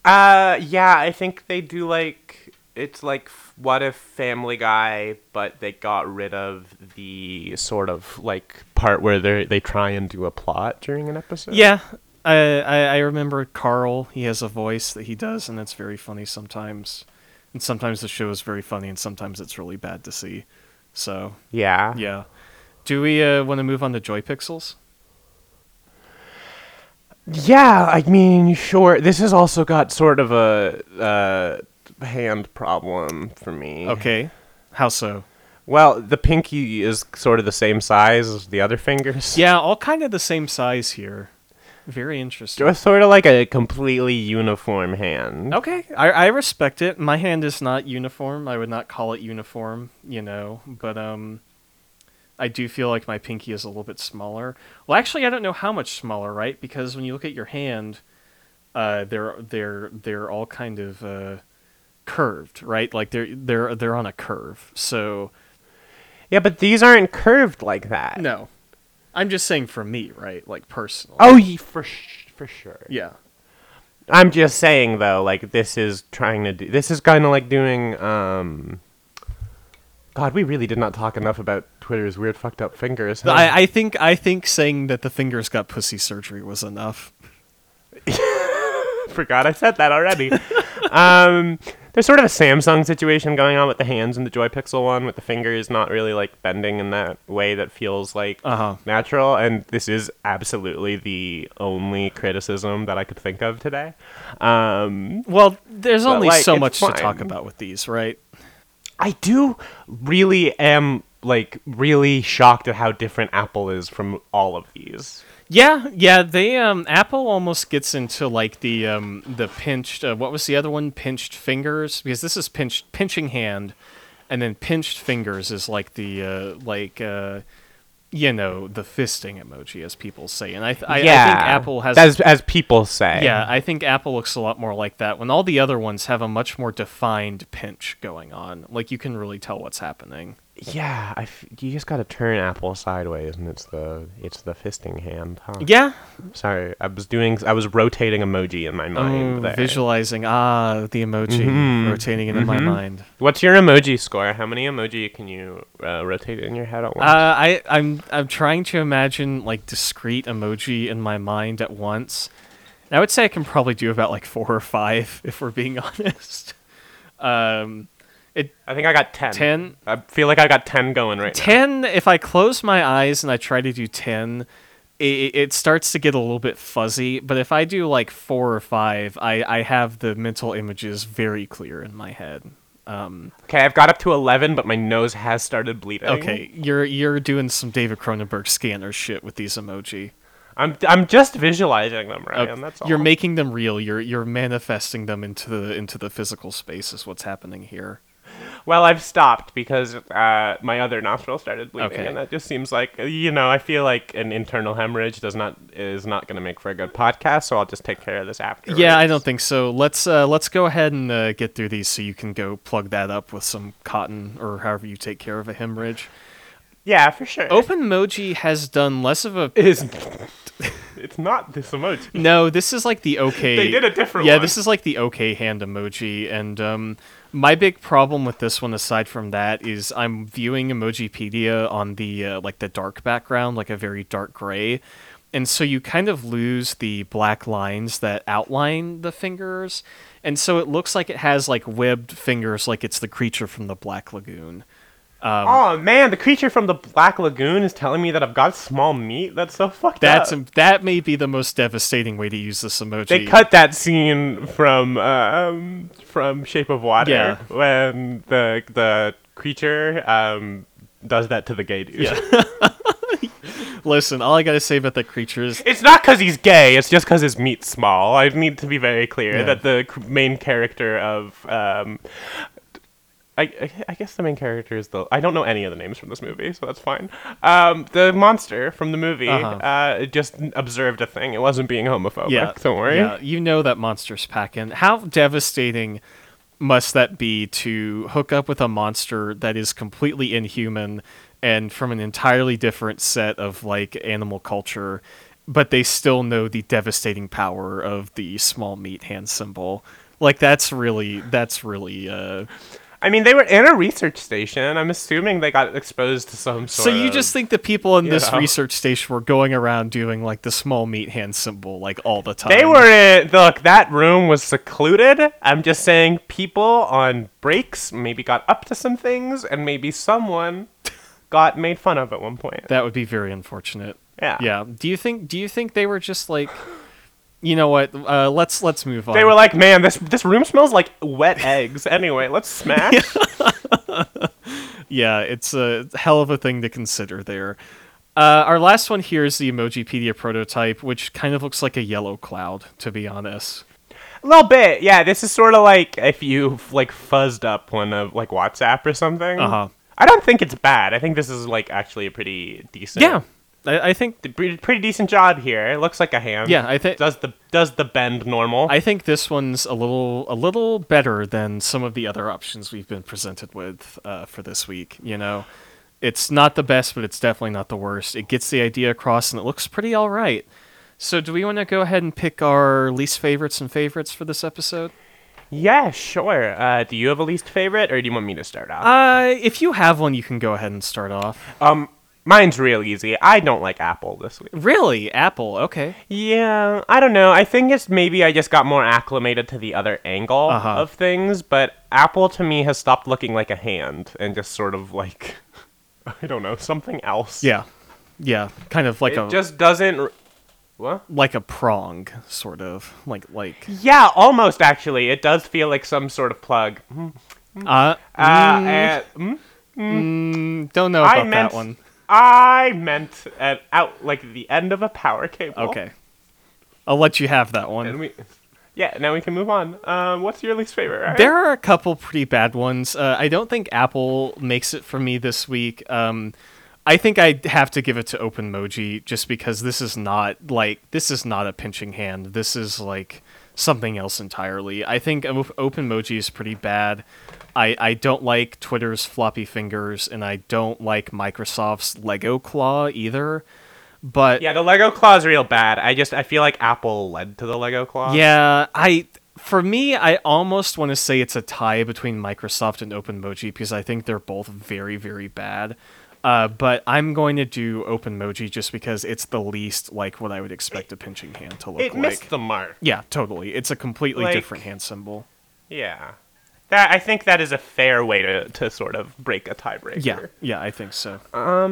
Uh, yeah, I think they do like it's like f- what if Family Guy, but they got rid of the sort of like part where they they try and do a plot during an episode.
Yeah, I, I I remember Carl. He has a voice that he does, and that's very funny sometimes. And sometimes the show is very funny, and sometimes it's really bad to see. So
yeah,
yeah, do we uh, want to move on to Joy Pixels?
Yeah, I mean, sure. This has also got sort of a uh, hand problem for me.
Okay, how so?
Well, the pinky is sort of the same size as the other fingers.
Yeah, all kind of the same size here. Very interesting.
Just sort of like a completely uniform hand.
Okay, I, I respect it. My hand is not uniform. I would not call it uniform, you know, but um, I do feel like my pinky is a little bit smaller. Well, actually, I don't know how much smaller, right? Because when you look at your hand, uh, they're they're they're all kind of uh, curved, right? Like they're they're they're on a curve. So
Yeah, but these aren't curved like that.
no, I'm just saying for me, right? Like personal.
Oh, ye- for sh- for sure.
yeah.
I'm just saying though, like this is trying to do. This is kind of like doing. um God, we really did not talk enough about Twitter's weird fucked up fingers. huh?
I, I think I think saying that the fingers got pussy surgery was enough.
forgot I said that already. um, there's sort of a Samsung situation going on with the hands and the Joy Pixel one, with the fingers not really like bending in that way that feels like
Uh-huh.
natural. And this is absolutely the only criticism that I could think of today. Um,
Well, there's only
like,
so
it's
much to talk
fine.
about with these, right?
I do really am like really shocked at how different Apple is from all of these.
Yeah, yeah. They um, Apple almost gets into like the um, the pinched. Uh, what was the other one? Pinched fingers, because this is pinched pinching hand, and then pinched fingers is like the uh, like uh, you know the fisting emoji, as people say. And I th- I, I think Apple has
as as people say.
Yeah, I think Apple looks a lot more like that when all the other ones have a much more defined pinch going on. Like you can really tell what's happening.
Yeah, I f- you just gotta turn Apple sideways, and it's the it's the fisting hand. Huh?
Yeah,
Sorry, I was doing I was rotating emoji in my
Oh,
mind. there.
visualizing ah the emoji rotating it in my mind.
What's your emoji score? How many emoji can you uh, rotate in your head at once?
Uh, I I'm I'm trying to imagine like discrete emoji in my mind at once. And I would say I can probably do about like four or five if we're being honest. Um, it
I think I got ten.
10?
I feel like I got ten going right now.
10 if i close my eyes and i try to do 10 it, it starts to get a little bit fuzzy but if i do like four or five i, I have the mental images very clear in my head
Okay, I've got up to eleven, but my nose has started bleeding.
okay you're you're doing some david cronenberg scanner shit with these emoji
I'm I'm just visualizing them,
Uh,
Ryan. that's all.
you're making them real you're you're manifesting them into the into the physical space is what's happening here
Well, I've stopped because uh, my other nostril started bleeding,
Okay.
and that just seems like you know. I feel like an internal hemorrhage does not is not going to make for a good podcast, so I'll just take care of this after.
yeah i don't think so let's uh let's go ahead and uh, get through these so you can go plug that up with some cotton or however you take care of a hemorrhage
Yeah, for sure.
OpenMoji has done less of a.
is it's not this emoji.
No, this is like the okay.
They did a different
Yeah,
one.
this is like the okay hand emoji, and um, my big problem with this one, aside from that, is I'm viewing Emojipedia on the uh, like the dark background, like a very dark gray, and so you kind of lose the black lines that outline the fingers, and so it looks like it has like webbed fingers, like it's the creature from the Black Lagoon. Um,
oh man, the creature from the Black Lagoon is telling me that I've got small meat. That's so fucked
That's
up.
that may be the most devastating way to use this emoji.
They cut that scene from um, from Shape of Water
Yeah.
when the the creature um, does that to the gay dude.
Yeah. Listen, all I gotta say about that creature is
It's not because he's gay. It's just because his meat's small. I need to be very clear
Yeah.
that the c- main character of, um, I, I, I guess the main character is the. I don't know any of the names from this movie, so that's fine. Um, the monster from the movie uh
Uh-huh.
just observed a thing. It wasn't being homophobic.
yeah,
Don't worry.
Yeah, you know that monster's packing. How devastating must that be to hook up with a monster that is completely inhuman and from an entirely different set of like animal culture, but they still know the devastating power of the small meat hand symbol. Like that's really that's really uh
I mean, they were in a research station. I'm assuming they got exposed to some
So
sort.
you
of-
just think the people in
you
this
know.
research station were going around doing like the small meat hand symbol like all the time.
They were in. Look, that room was secluded. I'm just saying, people on breaks maybe got up to some things, and maybe someone got made fun of at one point.
That would be very unfortunate.
Yeah.
Yeah. Do you think do you think they were just like you know what? Uh, let's let's move on.
They were like, "Man, this this room smells like wet eggs." Anyway, let's smash.
yeah, it's a hell of a thing to consider there. Uh, our last one here is the Emojipedia prototype, which kind of looks like a yellow cloud, to be honest.
A little bit, yeah. This is sort of like if you like fuzzed up one of like WhatsApp or something.
Uh-huh.
I don't think it's bad. I think this is like actually a pretty decent.
Yeah, I, I think
d- pretty pretty decent job here. It looks like a hand.
Yeah, I think-
does the does the bend normal.
I think this one's a little a little better than some of the other options we've been presented with uh, for this week. You know, it's not the best, but it's definitely not the worst. It gets the idea across, and it looks pretty all right. So, do we want to go ahead and pick our least favorites and favorites for this episode?
Yeah, sure. Uh, do you have a least favorite, or do you want me to start off?
Uh, if you have one, you can go ahead and start off.
Um, Mine's real easy. I don't like Apple this week.
Really? Apple, okay.
Yeah, I don't know. I think it's maybe I just got more acclimated to the other angle
Uh-huh.
of things, but Apple to me has stopped looking like a hand and just sort of like, I don't know, something else.
Yeah. Yeah. Kind of like
It
a
just doesn't. r- What?
like a prong, sort of. Like like
Yeah, almost actually. It does feel like some sort of plug. Mm,
uh,
Uh,
mm,
eh, mm,
mm, don't know
I
about
meant.
that one.
I meant at out like the end of a power cable.
Okay. I'll let you have that
And
one.
we, yeah, now we can move on. Um, what's your least favorite? Ryan?
There are a couple pretty bad ones. Uh, I don't think Apple makes it for me this week. Um, I think I have to give it to OpenMoji just because this is not like this is not a pinching hand. This is like something else entirely. I think O- OpenMoji is pretty bad. I, I don't like Twitter's floppy fingers, and I don't like Microsoft's Lego claw either. But
Yeah, the Lego claw is real bad. I just I feel like Apple led to the Lego claw.
Yeah, I for me, I almost want to say it's a tie between Microsoft and OpenMoji because I think they're both very, very bad. Uh, but I'm going to do OpenMoji just because it's the least like what I would expect a pinching hand to look
it
like.
missed the mark.
yeah, totally. It's a completely
Like-
different hand symbol.
Yeah, that I think that is a fair way to to sort of break a tiebreaker.
Yeah, yeah, I think so.
Uh,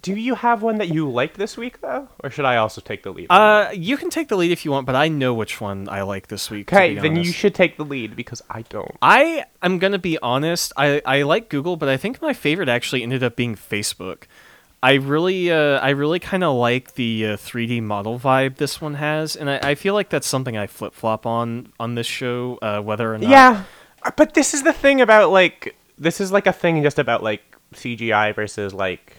Do you have one that you like this week though, or should I also take the lead?
Uh, you can take the lead if you want, but I know which one I like this week. to
okay,
be
then you
honest.
should take the lead because I don't.
I am gonna be honest. I, I like Google, but I think my favorite actually ended up being Facebook. I really uh, I really kind of like the uh, 3D model vibe this one has, and I, I feel like that's something I flip flop on on this show, uh, whether or not.
Yeah, Uh, but this is the thing about like this is like a thing just about like CGI versus like.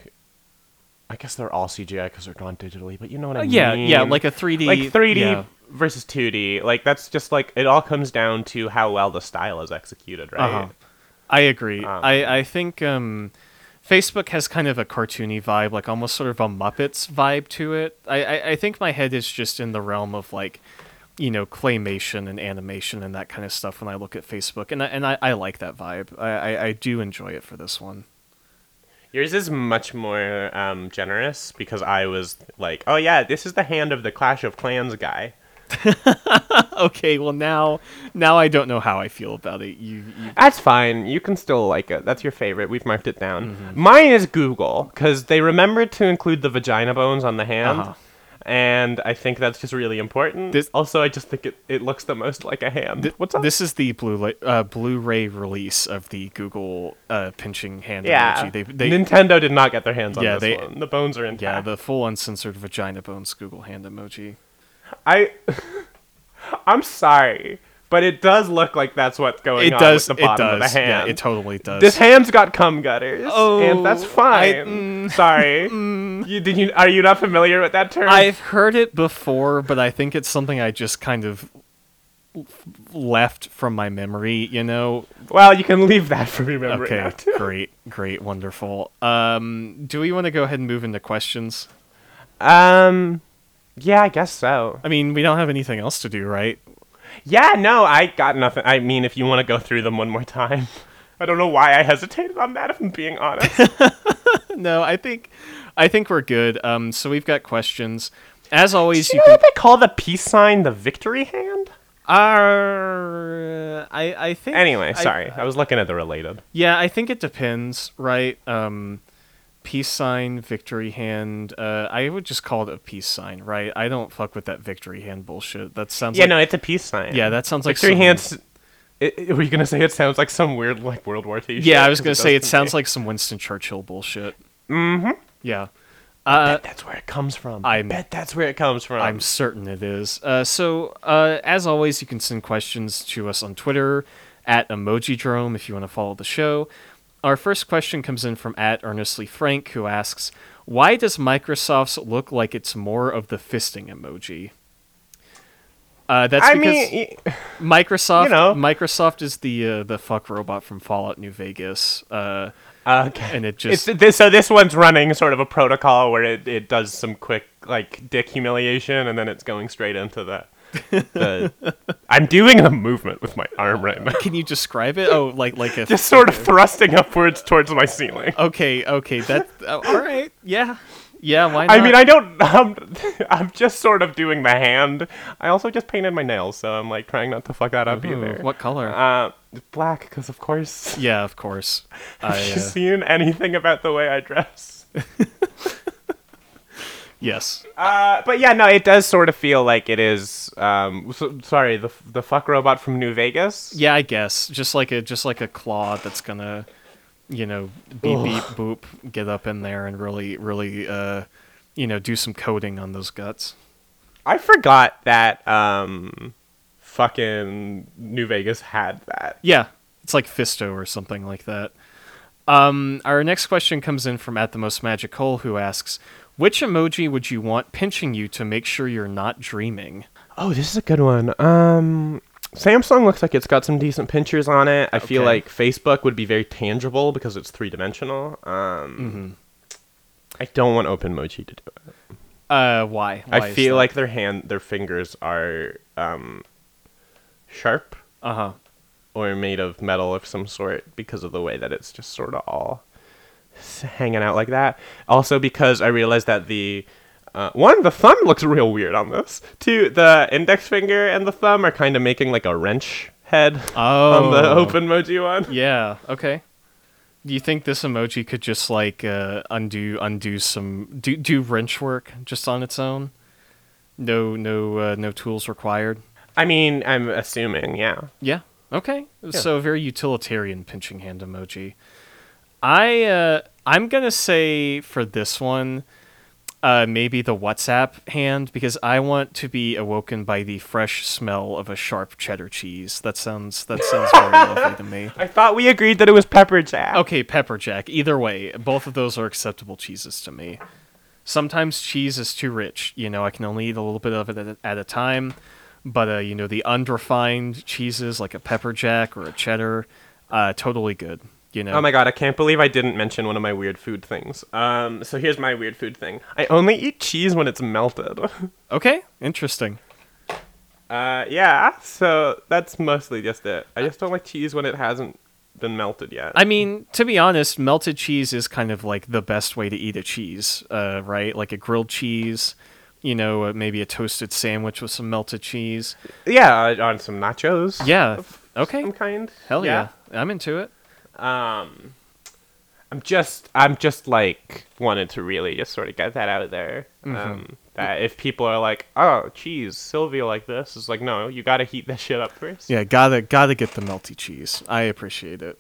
I guess they're all CGI because they're drawn digitally, but you know what I
Uh,
mean.
yeah, yeah, like a 3D,
Mm. like 3D
yeah.
versus 2D. Like that's just like it all comes down to how well the style is executed, right?
Uh-huh. I agree.
Uh.
I, I think um, Facebook has kind of a cartoony vibe, like almost sort of a Muppets vibe to it. I, I, I think my head is just in the realm of like, you know, claymation and animation and that kind of stuff when I look at Facebook. And I, and I, I like that vibe. I, I, I do enjoy it for this one.
Yours is much more um, generous because I was like, oh yeah, this is the hand of the Clash of Clans guy.
Okay, well now now I don't know how I feel about it. You, you
That's fine. You can still like it. That's your favorite. We've marked it down.
Mm-hmm.
Mine is Google because they remembered to include the vagina bones on the hand.
Uh-huh.
And I think that's just really important.
This-
also, I just think it, it looks the most like a hand. What's up?
This is the blue li- uh, Blu-ray release of the Google uh, pinching hand
yeah.
emoji. They, they,
Nintendo did not get their hands on
Yeah,
this
they-
one. The bones are intact.
yeah, the full uncensored vagina bones Google hand emoji.
I I'm sorry, but it does look like that's what's going
it
on
does.
with the
it
bottom
does.
of the hand.
Yeah, it totally does.
this hand's got cum gutters, and that's
Oh, I- Mm.
fine. Sorry, you, did you are you not familiar with that term?
I've heard it before, but I think it's something I just kind of l- left from my memory. You know.
well, you can leave that for remembering.
Okay.
now, too.
great. Great. Wonderful. Um, do we want to go ahead and move into questions?
Um, yeah, I guess so.
I mean, we don't have anything else to do, right?
Yeah, no, I got nothing. I mean, if you want to go through them one more time, I don't know why I hesitated on that. If I'm being honest.
No, I think, I think we're good. Um, so we've got questions. As always,
Do
you
you know
can
what they call the peace sign, the victory hand?
Uh, I I think.
Anyway,
I-
sorry, I was looking at the related.
yeah, I think it depends, right? Um, peace sign, victory hand. Uh, I would just call it a peace sign, right? I don't fuck with that victory hand bullshit. That sounds.
Yeah,
like,
no, it's a peace sign.
Yeah, that sounds like
victory
some-
hands. i i- were you gonna say it sounds like some weird like World War II?
Yeah, I was gonna say it sounds like some Winston Churchill bullshit. Mm-hmm. Yeah. Uh,
that's where it comes from.
I'm-
bet that's where it comes from.
I'm certain it is. Uh, so, uh, as always, you can send questions to us on Twitter at emojidrome if you want to follow the show. Our first question comes in from at earnestly Frank, who asks, "Why does Microsoft's look like it's more of the fisting emoji?" Uh, that's
I
because
mean, y-
Microsoft,
you know.
Microsoft is the uh, the fuck robot from Fallout New Vegas, uh,
okay.
and it just
It's, this, so this one's running sort of a protocol where it, it does some quick like dick humiliation and then it's going straight into the the I'm doing a movement with my arm right now.
Can you describe it? Oh, like like a
Just sort of thrusting upwards towards my ceiling.
okay, okay. That oh, all right? Yeah, yeah. Why not?
I mean, I don't. Um, I'm just sort of doing the hand. I also just painted my nails, so I'm like trying not to fuck that up
Ooh,
either.
what color?
Uh, black, because of course.
yeah, of course. I,
Have you
uh,
seen anything about the way I dress?
yes.
Uh, but yeah, no, it does sort of feel like it is. Um, so, sorry, the the fuck robot from New Vegas.
Yeah, I guess just like a just like a claw that's gonna, you know, beep beep boop, get up in there and really really uh, you know, do some coating on those guts.
I forgot that um, fucking New Vegas had that.
Yeah, it's like Fisto or something like that. Um, our next question comes in from at the most magic hole who asks, which emoji would you want pinching you to make sure you're not dreaming?
Oh, this is a good one. Um, Samsung looks like it's got some decent pinchers on it. I feel
Okay.
like Facebook would be very tangible because it's three dimensional. Um, I don't want OpenMoji to do it.
Uh, why?
I feel like their hand, their fingers are um, sharp
uh huh.
or made of metal of some sort because of the way that it's just sort of all s- hanging out like that. Also, because I realized that the uh, one, the thumb looks real weird on this. Two, the index finger and the thumb are kind of making like a wrench head on the
Oh.
open moji one.
Yeah. Okay. Do you think this emoji could just like uh, undo undo some do do wrench work just on its own? No, no, uh, no tools required.
I mean, I'm assuming, yeah.
Yeah. Okay. So a very utilitarian pinching hand emoji. I uh, I'm gonna say for this one, uh, maybe the WhatsApp hand because I want to be awoken by the fresh smell of a sharp cheddar cheese. That sounds that sounds very lovely to me.
I thought we agreed that it was pepper jack.
Okay, pepper jack. Either way, both of those are acceptable cheeses to me. Sometimes cheese is too rich. You know, I can only eat a little bit of it at a, at a time. But uh, you know, the unrefined cheeses like a pepper jack or a cheddar, uh, totally good. You know.
Oh my god, I can't believe I didn't mention one of my weird food things. Um, so here's my weird food thing. I only eat cheese when it's melted.
okay, interesting.
Uh, yeah. So that's mostly just it. I just don't like cheese when it hasn't been melted yet.
I mean, to be honest, melted cheese is kind of like the best way to eat a cheese, uh, right? Like a grilled cheese, you know, uh, maybe a toasted sandwich with some melted cheese.
yeah, on some nachos.
Yeah. Okay.
Some kind.
Hell yeah. I'm into it.
Um, I'm just, I'm just like wanted to really just sort of get that out there.
Mm-hmm.
Um, that if people are like, oh, cheese, Sylvia like this, it's like, no, you gotta heat this shit up first.
Yeah, gotta gotta get the melty cheese. I appreciate it.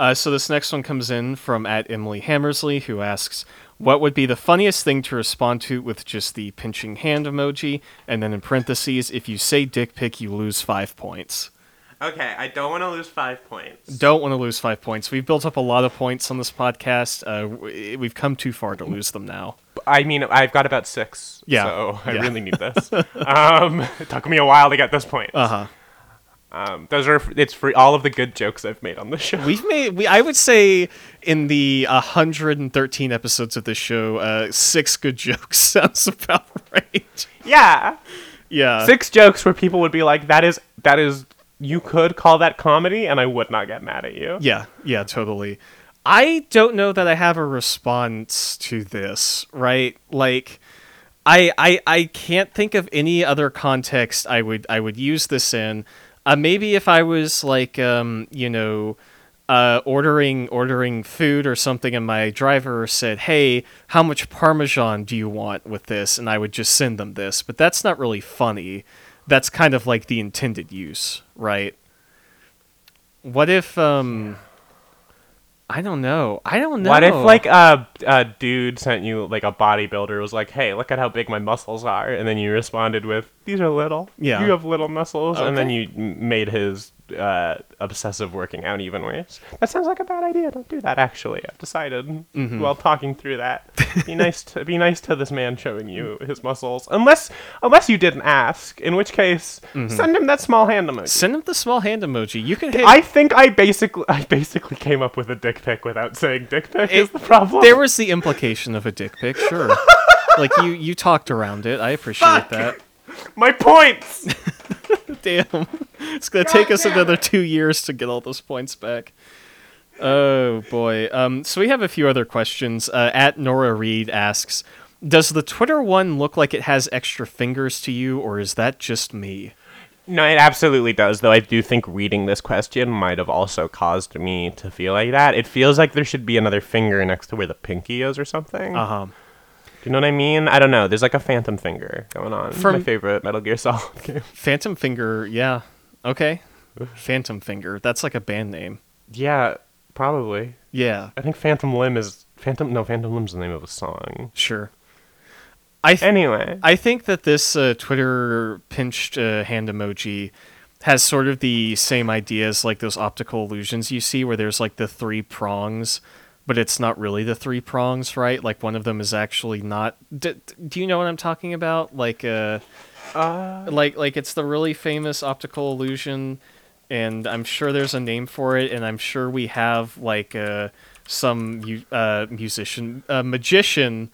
Uh, so this next one comes in from at Emily Hammersley, who asks, "What would be the funniest thing to respond to with just the pinching hand emoji?" And then in parentheses, if you say "dick pic," you lose five points.
Okay, I don't want to lose five points.
Don't want to lose five points. We've built up a lot of points on this podcast. Uh, w- we've come too far to lose them now.
I mean, I've got about six.
Yeah,
So I
yeah.
really need this. um, it took me a while to get this point.
Uh huh.
Um, those are it's free. All of the good jokes I've made on the show.
We've made. We, I would say in the 113 episodes of this show, uh, six good jokes sounds about right.
yeah,
Yeah.
six jokes where people would be like, "That is that is you could call that comedy," and I would not get mad at you.
Yeah, yeah, totally. I don't know that I have a response to this, right? Like I I I can't think of any other context I would I would use this in. Uh, maybe if I was like um, you know, uh, ordering ordering food or something and my driver said, "Hey, how much parmesan do you want with this?" and I would just send them this. But that's not really funny. That's kind of like the intended use, right? What if um I don't know. I don't know.
What if like a, a dude sent you like a bodybuilder was like, "Hey, look at how big my muscles are," and then you responded with, "These are little.
Yeah.
you have little muscles," and then
Okay.
you m- made his uh, obsessive working out even worse. That sounds like a bad idea. Don't do that. Actually, I've decided
Mm-hmm.
while talking through that, be nice to be nice to this man showing you his muscles, unless unless you didn't ask, in which case
Mm-hmm.
send him that small hand emoji.
send him the small hand emoji? You can hit
I think I basically I basically came up with a dick pic without saying dick pic is
It-
the problem.
There was the implication of a dick pic, sure. like you you talked around it. I appreciate that.
My points.
Damn. It's going to take us another two years to get all those points back. Oh, boy. Um, so we have a few other questions. Uh, at Nora Reed asks Does the Twitter one look like it has extra fingers to you, or is that just me?
No, it absolutely does, though I do think reading this question might have also caused me to feel like that. It feels like there should be another finger next to where the pinky is or something.
Uh huh.
do you know what I mean? I don't know. There's like a phantom finger going on. It's my
From-
favorite Metal Gear Solid game.
Phantom Finger, yeah. Okay. Phantom Finger. That's like a band name.
Yeah, probably.
Yeah,
I think Phantom Limb is Phantom. No, Phantom Limb's the name of a song.
sure. I th-
Anyway,
I think that this uh, Twitter pinched uh, hand emoji has sort of the same ideas like those optical illusions you see where there's like the three prongs, but it's not really the three prongs, right? Like one of them is actually not. D- d- do you know what I'm talking about? Like uh, like like it's the really famous optical illusion, and I'm sure there's a name for it, and I'm sure we have like uh, some mu- uh, musician uh, magician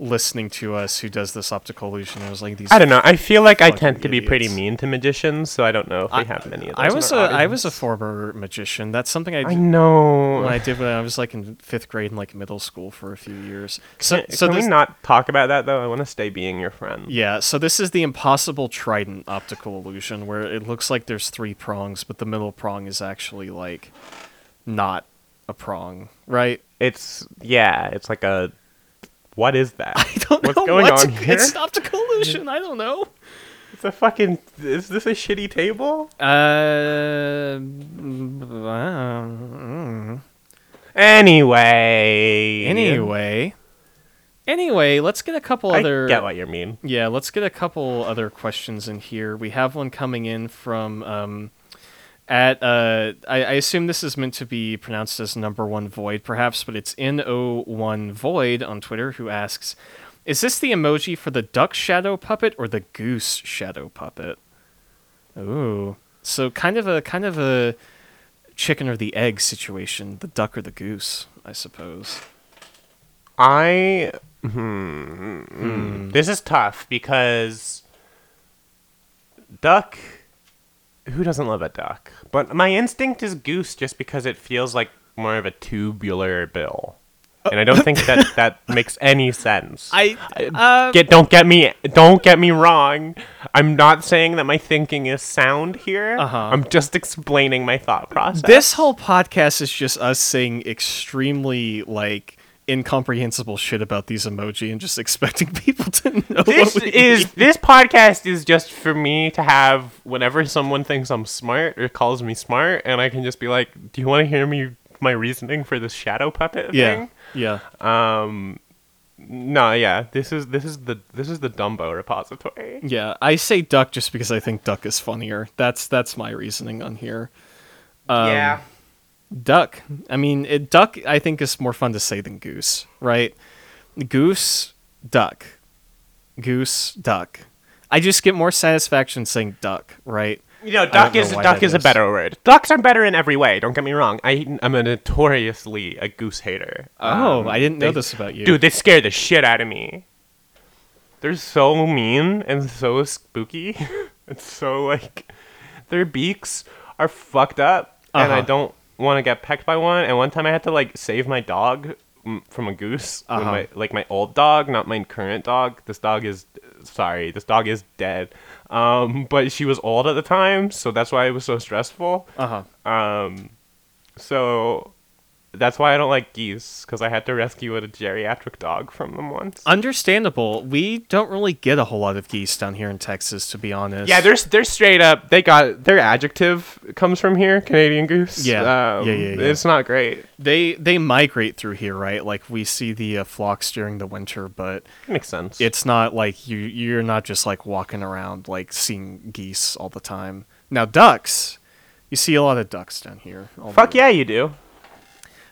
listening to us who does this optical illusion. I was like, these.
I don't know. I feel like I
Fucking
tend to be pretty
idiots.
mean to magicians, so I don't know if we have many of those.
I was a
in our
I was a
audience.
former magician. That's something I,
I
d-
know.
when I did when I was like in fifth grade and like middle school for a few years. So
Can-
so
can
this,
we not talk about that though? I want to stay being your friend.
yeah, so this is the impossible trident optical illusion where it looks like there's three prongs, but the middle prong is actually like not a prong, right?
It's yeah. It's like a what is that?
I don't
What's
know
going
what's-
on here?
It's an optical illusion. I don't know.
It's a fucking. Is this a shitty table?
Uh, mm, I don't know.
Anyway.
anyway, anyway, let's get a couple
I
other.
get what you mean.
Yeah, let's get a couple other questions in here. We have one coming in from um, at uh, I, I assume this is meant to be pronounced as number one void, perhaps, but it's n o one void on Twitter who asks, "Is this the emoji for the duck shadow puppet or the goose shadow puppet?" Ooh, so kind of a kind of a chicken or the egg situation, the duck or the goose, I suppose.
I hmm, hmm. this is tough because duck who doesn't love a duck? But my instinct is goose just because it feels like more of a tubular bill. And I don't think that that makes any sense.
I uh,
Get don't get me don't get me wrong. I'm not saying that my thinking is sound here.
Uh-huh.
I'm just explaining my thought process.
This whole podcast is just us saying extremely like incomprehensible shit about these emoji and just expecting people to know. what
this
we
is
mean.
this podcast is just for me to have whenever someone thinks I'm smart or calls me smart, and I can just be like, "Do you want to hear me my reasoning for this shadow puppet
yeah,
thing?"
yeah.
No, yeah, this is this is the this is the Dumbo repository.
Yeah, I say duck just because I think duck is funnier. That's that's my reasoning on here. Um,
yeah,
Duck. I mean, it, duck I think is more fun to say than goose, right? Goose, duck. Goose, duck. I just get more satisfaction saying duck, right?
you know,
don't
duck
know
is
why
duck
that
is a
is.
better word. Ducks are better in every way. Don't get me wrong. I am a notoriously a goose hater.
Oh,
Um,
I didn't know
they-
this about you.
Dude, they scare the shit out of me. They're so mean and so spooky. it's so like their beaks are fucked up, and I
Uh-huh.
don't want to get pecked by one. And one time I had to like save my dog mm, from a goose, when
Uh-huh.
my, like my old dog, not my current dog. This dog is sorry, this dog is dead. Um, but she was old at the time, so that's why it was so stressful.
Uh-huh.
So that's why I don't like geese because I had to rescue a geriatric dog from them once.
Understandable. We don't really get a whole lot of geese down here in Texas, to be honest.
yeah, they're they're straight up. They got their adjective comes from here, Canadian goose.
Yeah.
um,
Yeah, yeah, yeah.
It's not great.
they they migrate through here, right? Like we see the uh, flocks during the winter, but
makes sense.
it's not like you you're not just like walking around like seeing geese all the time. Now ducks, you see a lot of ducks down here. all
fuck
the-
yeah, you do.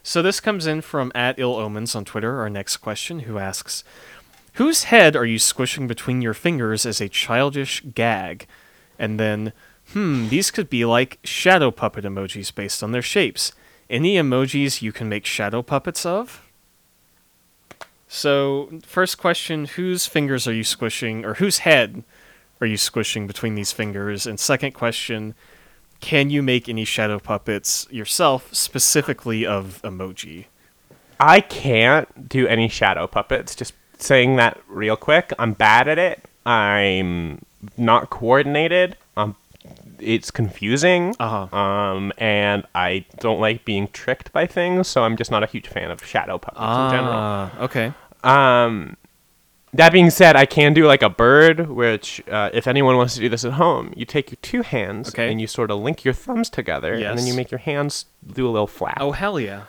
So this comes in from at ill omens on Twitter. Our next question, who asks, whose head are you squishing between your fingers as a childish gag? And then, hmm, these could be like shadow puppet emojis based on their shapes. Any emojis you can make shadow puppets of? So first question, whose fingers are you squishing, or whose head are you squishing between these fingers? And second question, can you make any shadow puppets yourself, specifically of emoji?
I can't do any shadow puppets. Just saying that real quick. I'm bad at it. I'm not coordinated. Um, it's confusing.
Uh huh.
Um, and I don't like being tricked by things, so I'm just not a huge fan of shadow puppets in general.
Ah, okay.
Um, that being said, I can do like a bird, which uh, if anyone wants to do this at home, you take your two hands
Okay.
and you sort of link your thumbs together, and then
Yes.
you make your hands do a little flap.
Oh hell yeah.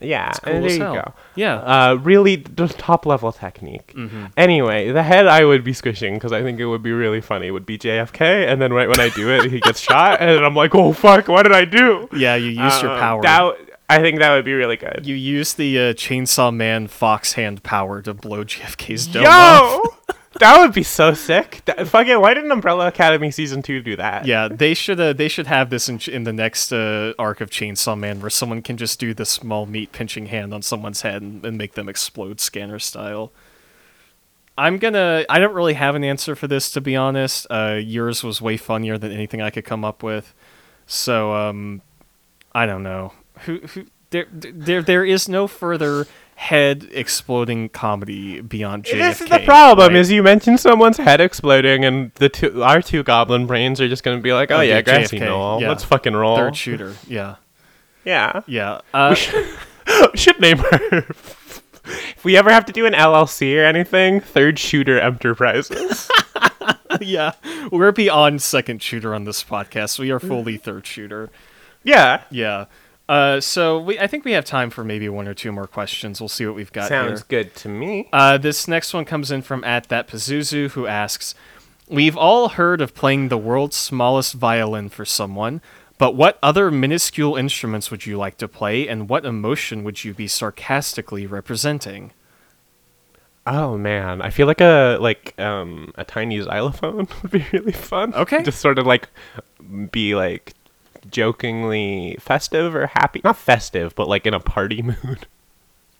yeah,
Cool
and
as
there you
hell.
go.
Yeah.
Uh, really, just top level technique.
Mm-hmm.
Anyway, the head I would be squishing because I think it would be really funny. Would be JFK, and then right when I do it, he gets shot, and I'm like, oh fuck, what did I do?
yeah, you use your
Uh,
power.
That w- I think that would be really good.
you use the uh, chainsaw man fox hand power to blow JFK's dome off.
Yo, that would be so sick. That, fuck it, why didn't Umbrella Academy season two do that?
Yeah, they should uh, they should have this in, ch- in the next uh, arc of Chainsaw Man, where someone can just do the small meat pinching hand on someone's head and, and make them explode scanner style. I'm gonna. I don't really have an answer for this, to be honest. Uh, yours was way funnier than anything I could come up with, so um, I don't know. Who, who there there there is no further head exploding comedy beyond JFK.
This is the problem:
right?
is you mention someone's head exploding, and the two our two goblin brains are just gonna be like, "Oh,
Oh,
yeah,
yeah,
grassy
JFK,
knoll,
yeah.
let's fucking roll."
third shooter. Yeah,
yeah,
yeah. Uh,
should name her. if we ever have to do an LLC or anything, Third Shooter Enterprises.
yeah, we're beyond second shooter on this podcast. We are fully third shooter.
yeah,
Yeah. Uh, so we, I think we have time for maybe one or two more questions. We'll see what we've got
sounds
here.
good to me.
Uh, this next one comes in from at that Pazuzu who asks, "We've all heard of playing the world's smallest violin for someone, but what other minuscule instruments would you like to play, and what emotion would you be sarcastically representing?"
Oh man, I feel like a like um a tiny xylophone would be really fun.
Okay.
just sort of like be like jokingly festive or happy. Not festive, but like in a party mood.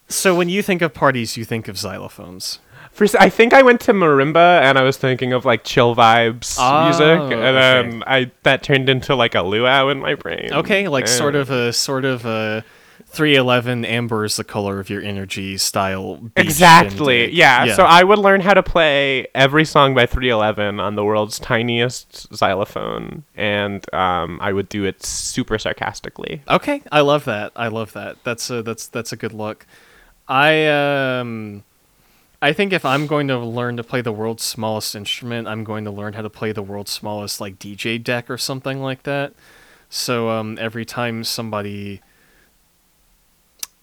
So when you think of parties, you think of xylophones.
First, I think I went to marimba and I was thinking of like chill vibes
Oh,
music, and
okay.
then I that turned into like a luau in my brain.
Okay, like sort
And-
of a sort of a 311 amber is the color of your energy style. beach
Exactly.
shindig.
Yeah. So I would learn how to play every song by 311 on the world's tiniest xylophone, and um, I would do it super sarcastically.
okay, I love that. I love that. That's a that's that's a good look. I um I think if I'm going to learn to play the world's smallest instrument, I'm going to learn how to play the world's smallest like DJ deck or something like that. So um every time somebody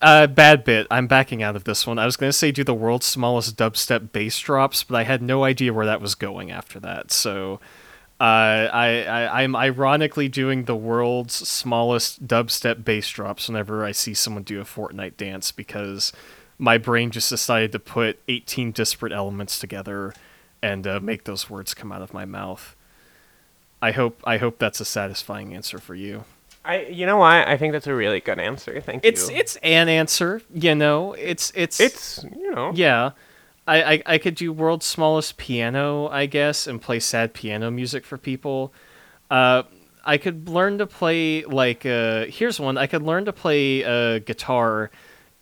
uh, bad bit. I'm backing out of this one. I was gonna say do the world's smallest dubstep bass drops, but I had no idea where that was going after that. So, uh, I, I I'm ironically doing the world's smallest dubstep bass drops whenever I see someone do a Fortnite dance because my brain just decided to put 18 disparate elements together and uh, make those words come out of my mouth. I hope I hope that's a satisfying answer for you.
I, you know what? I think that's a really good answer. Thank
It's
you.
it's an answer, you know. It's it's
it's you know
Yeah. I, I, I could do world's smallest piano, I guess, and play sad piano music for people. Uh, I could learn to play, like, uh, here's one. I could learn to play uh, guitar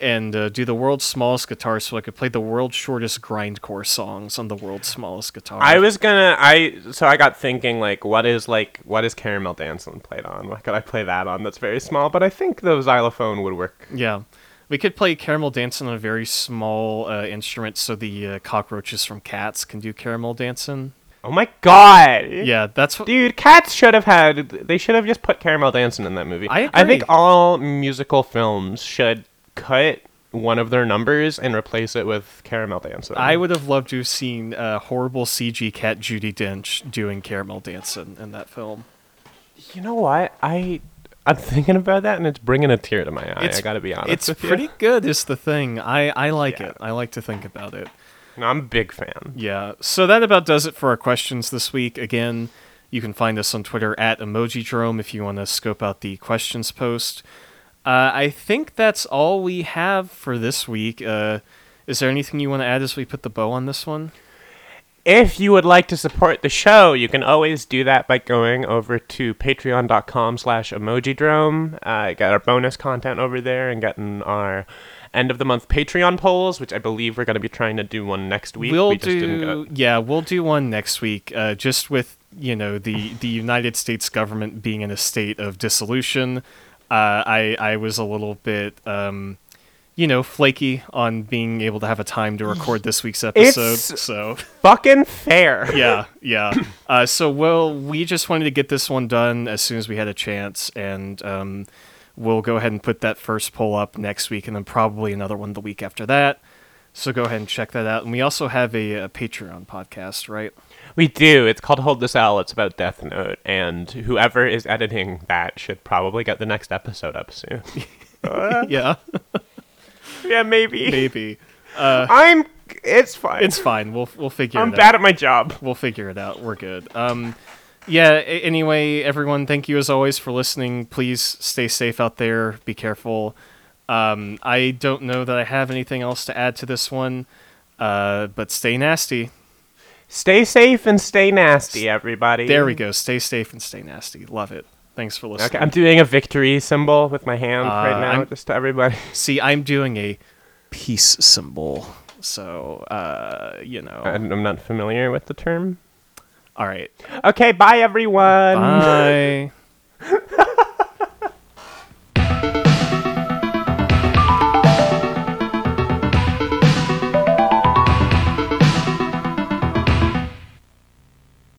and uh, do the world's smallest guitar so I could play the world's shortest grindcore songs on the world's smallest guitar.
I was gonna I so I got thinking like what is like what is caramel dancing played on? What could I play that on? That's very small, but I think the xylophone would work.
Yeah. We could play caramel dancing on a very small uh, instrument so the uh, cockroaches from Cats can do caramel dancing.
Oh my god!
Yeah, that's what.
Dude, cats should have had. They should have just put Caramel Dancing in that movie.
I
think
agree.
all musical films should cut one of their numbers and replace it with Caramel Dancing.
I would have loved to have seen uh, horrible CG cat Judy Dench doing caramel dancing in that film.
You know what? I. I'm thinking about that, and it's bringing a tear to my eye.
It's-
I gotta be honest.
It's
with you.
pretty good, is the thing. I, I like
Yeah.
it. I like to think about it.
No, I'm a big fan.
Yeah. So that about does it for our questions this week. Again, you can find us on Twitter at emojidrome if you want to scope out the questions post. Uh, I think that's all we have for this week. Uh, is there anything you want to add as we put the bow on this one?
If you would like to support the show, you can always do that by going over to patreon.com slash emojidrome. Uh, got our bonus content over there and gotten our end of the month Patreon polls, which I believe we're going to be trying to do one next week.
We'll
We just didn't
do
go-
yeah, we'll do one next week. Uh, just with you know the the United States government being in a state of dissolution, uh, I I was a little bit um, you know flaky on being able to have a time to record this week's episode.
It's-
So
Fucking fair.
yeah, yeah. Uh, so well, we just wanted to get this one done as soon as we had a chance, and um, we'll go ahead and put that first poll up next week, and then probably another one the week after that. So go ahead and check that out. And we also have a, uh Patreon podcast, right?
We do. It's called Hold This L. It's about Death Note, and whoever is editing that should probably get the next episode up soon.
yeah,
yeah, maybe.
maybe.
I'm. It's fine.
It's fine. We'll we'll figure
I'm
it out.
bad at my job.
we'll figure it out. We're good. Um, yeah. a- Anyway, everyone, thank you as always for listening. Please stay safe out there. Be careful. Um, I don't know that I have anything else to add to this one, uh, but stay nasty.
Stay safe and stay nasty, everybody.
There we go. Stay safe and stay nasty. Love it. Thanks for listening.
Okay, I'm doing a victory symbol with my hand right
Uh,
now,
I'm-
just to everybody.
See, I'm doing a peace symbol. So, uh, you know.
I'm I'm not familiar with the term.
All right.
Okay, bye everyone.
Bye.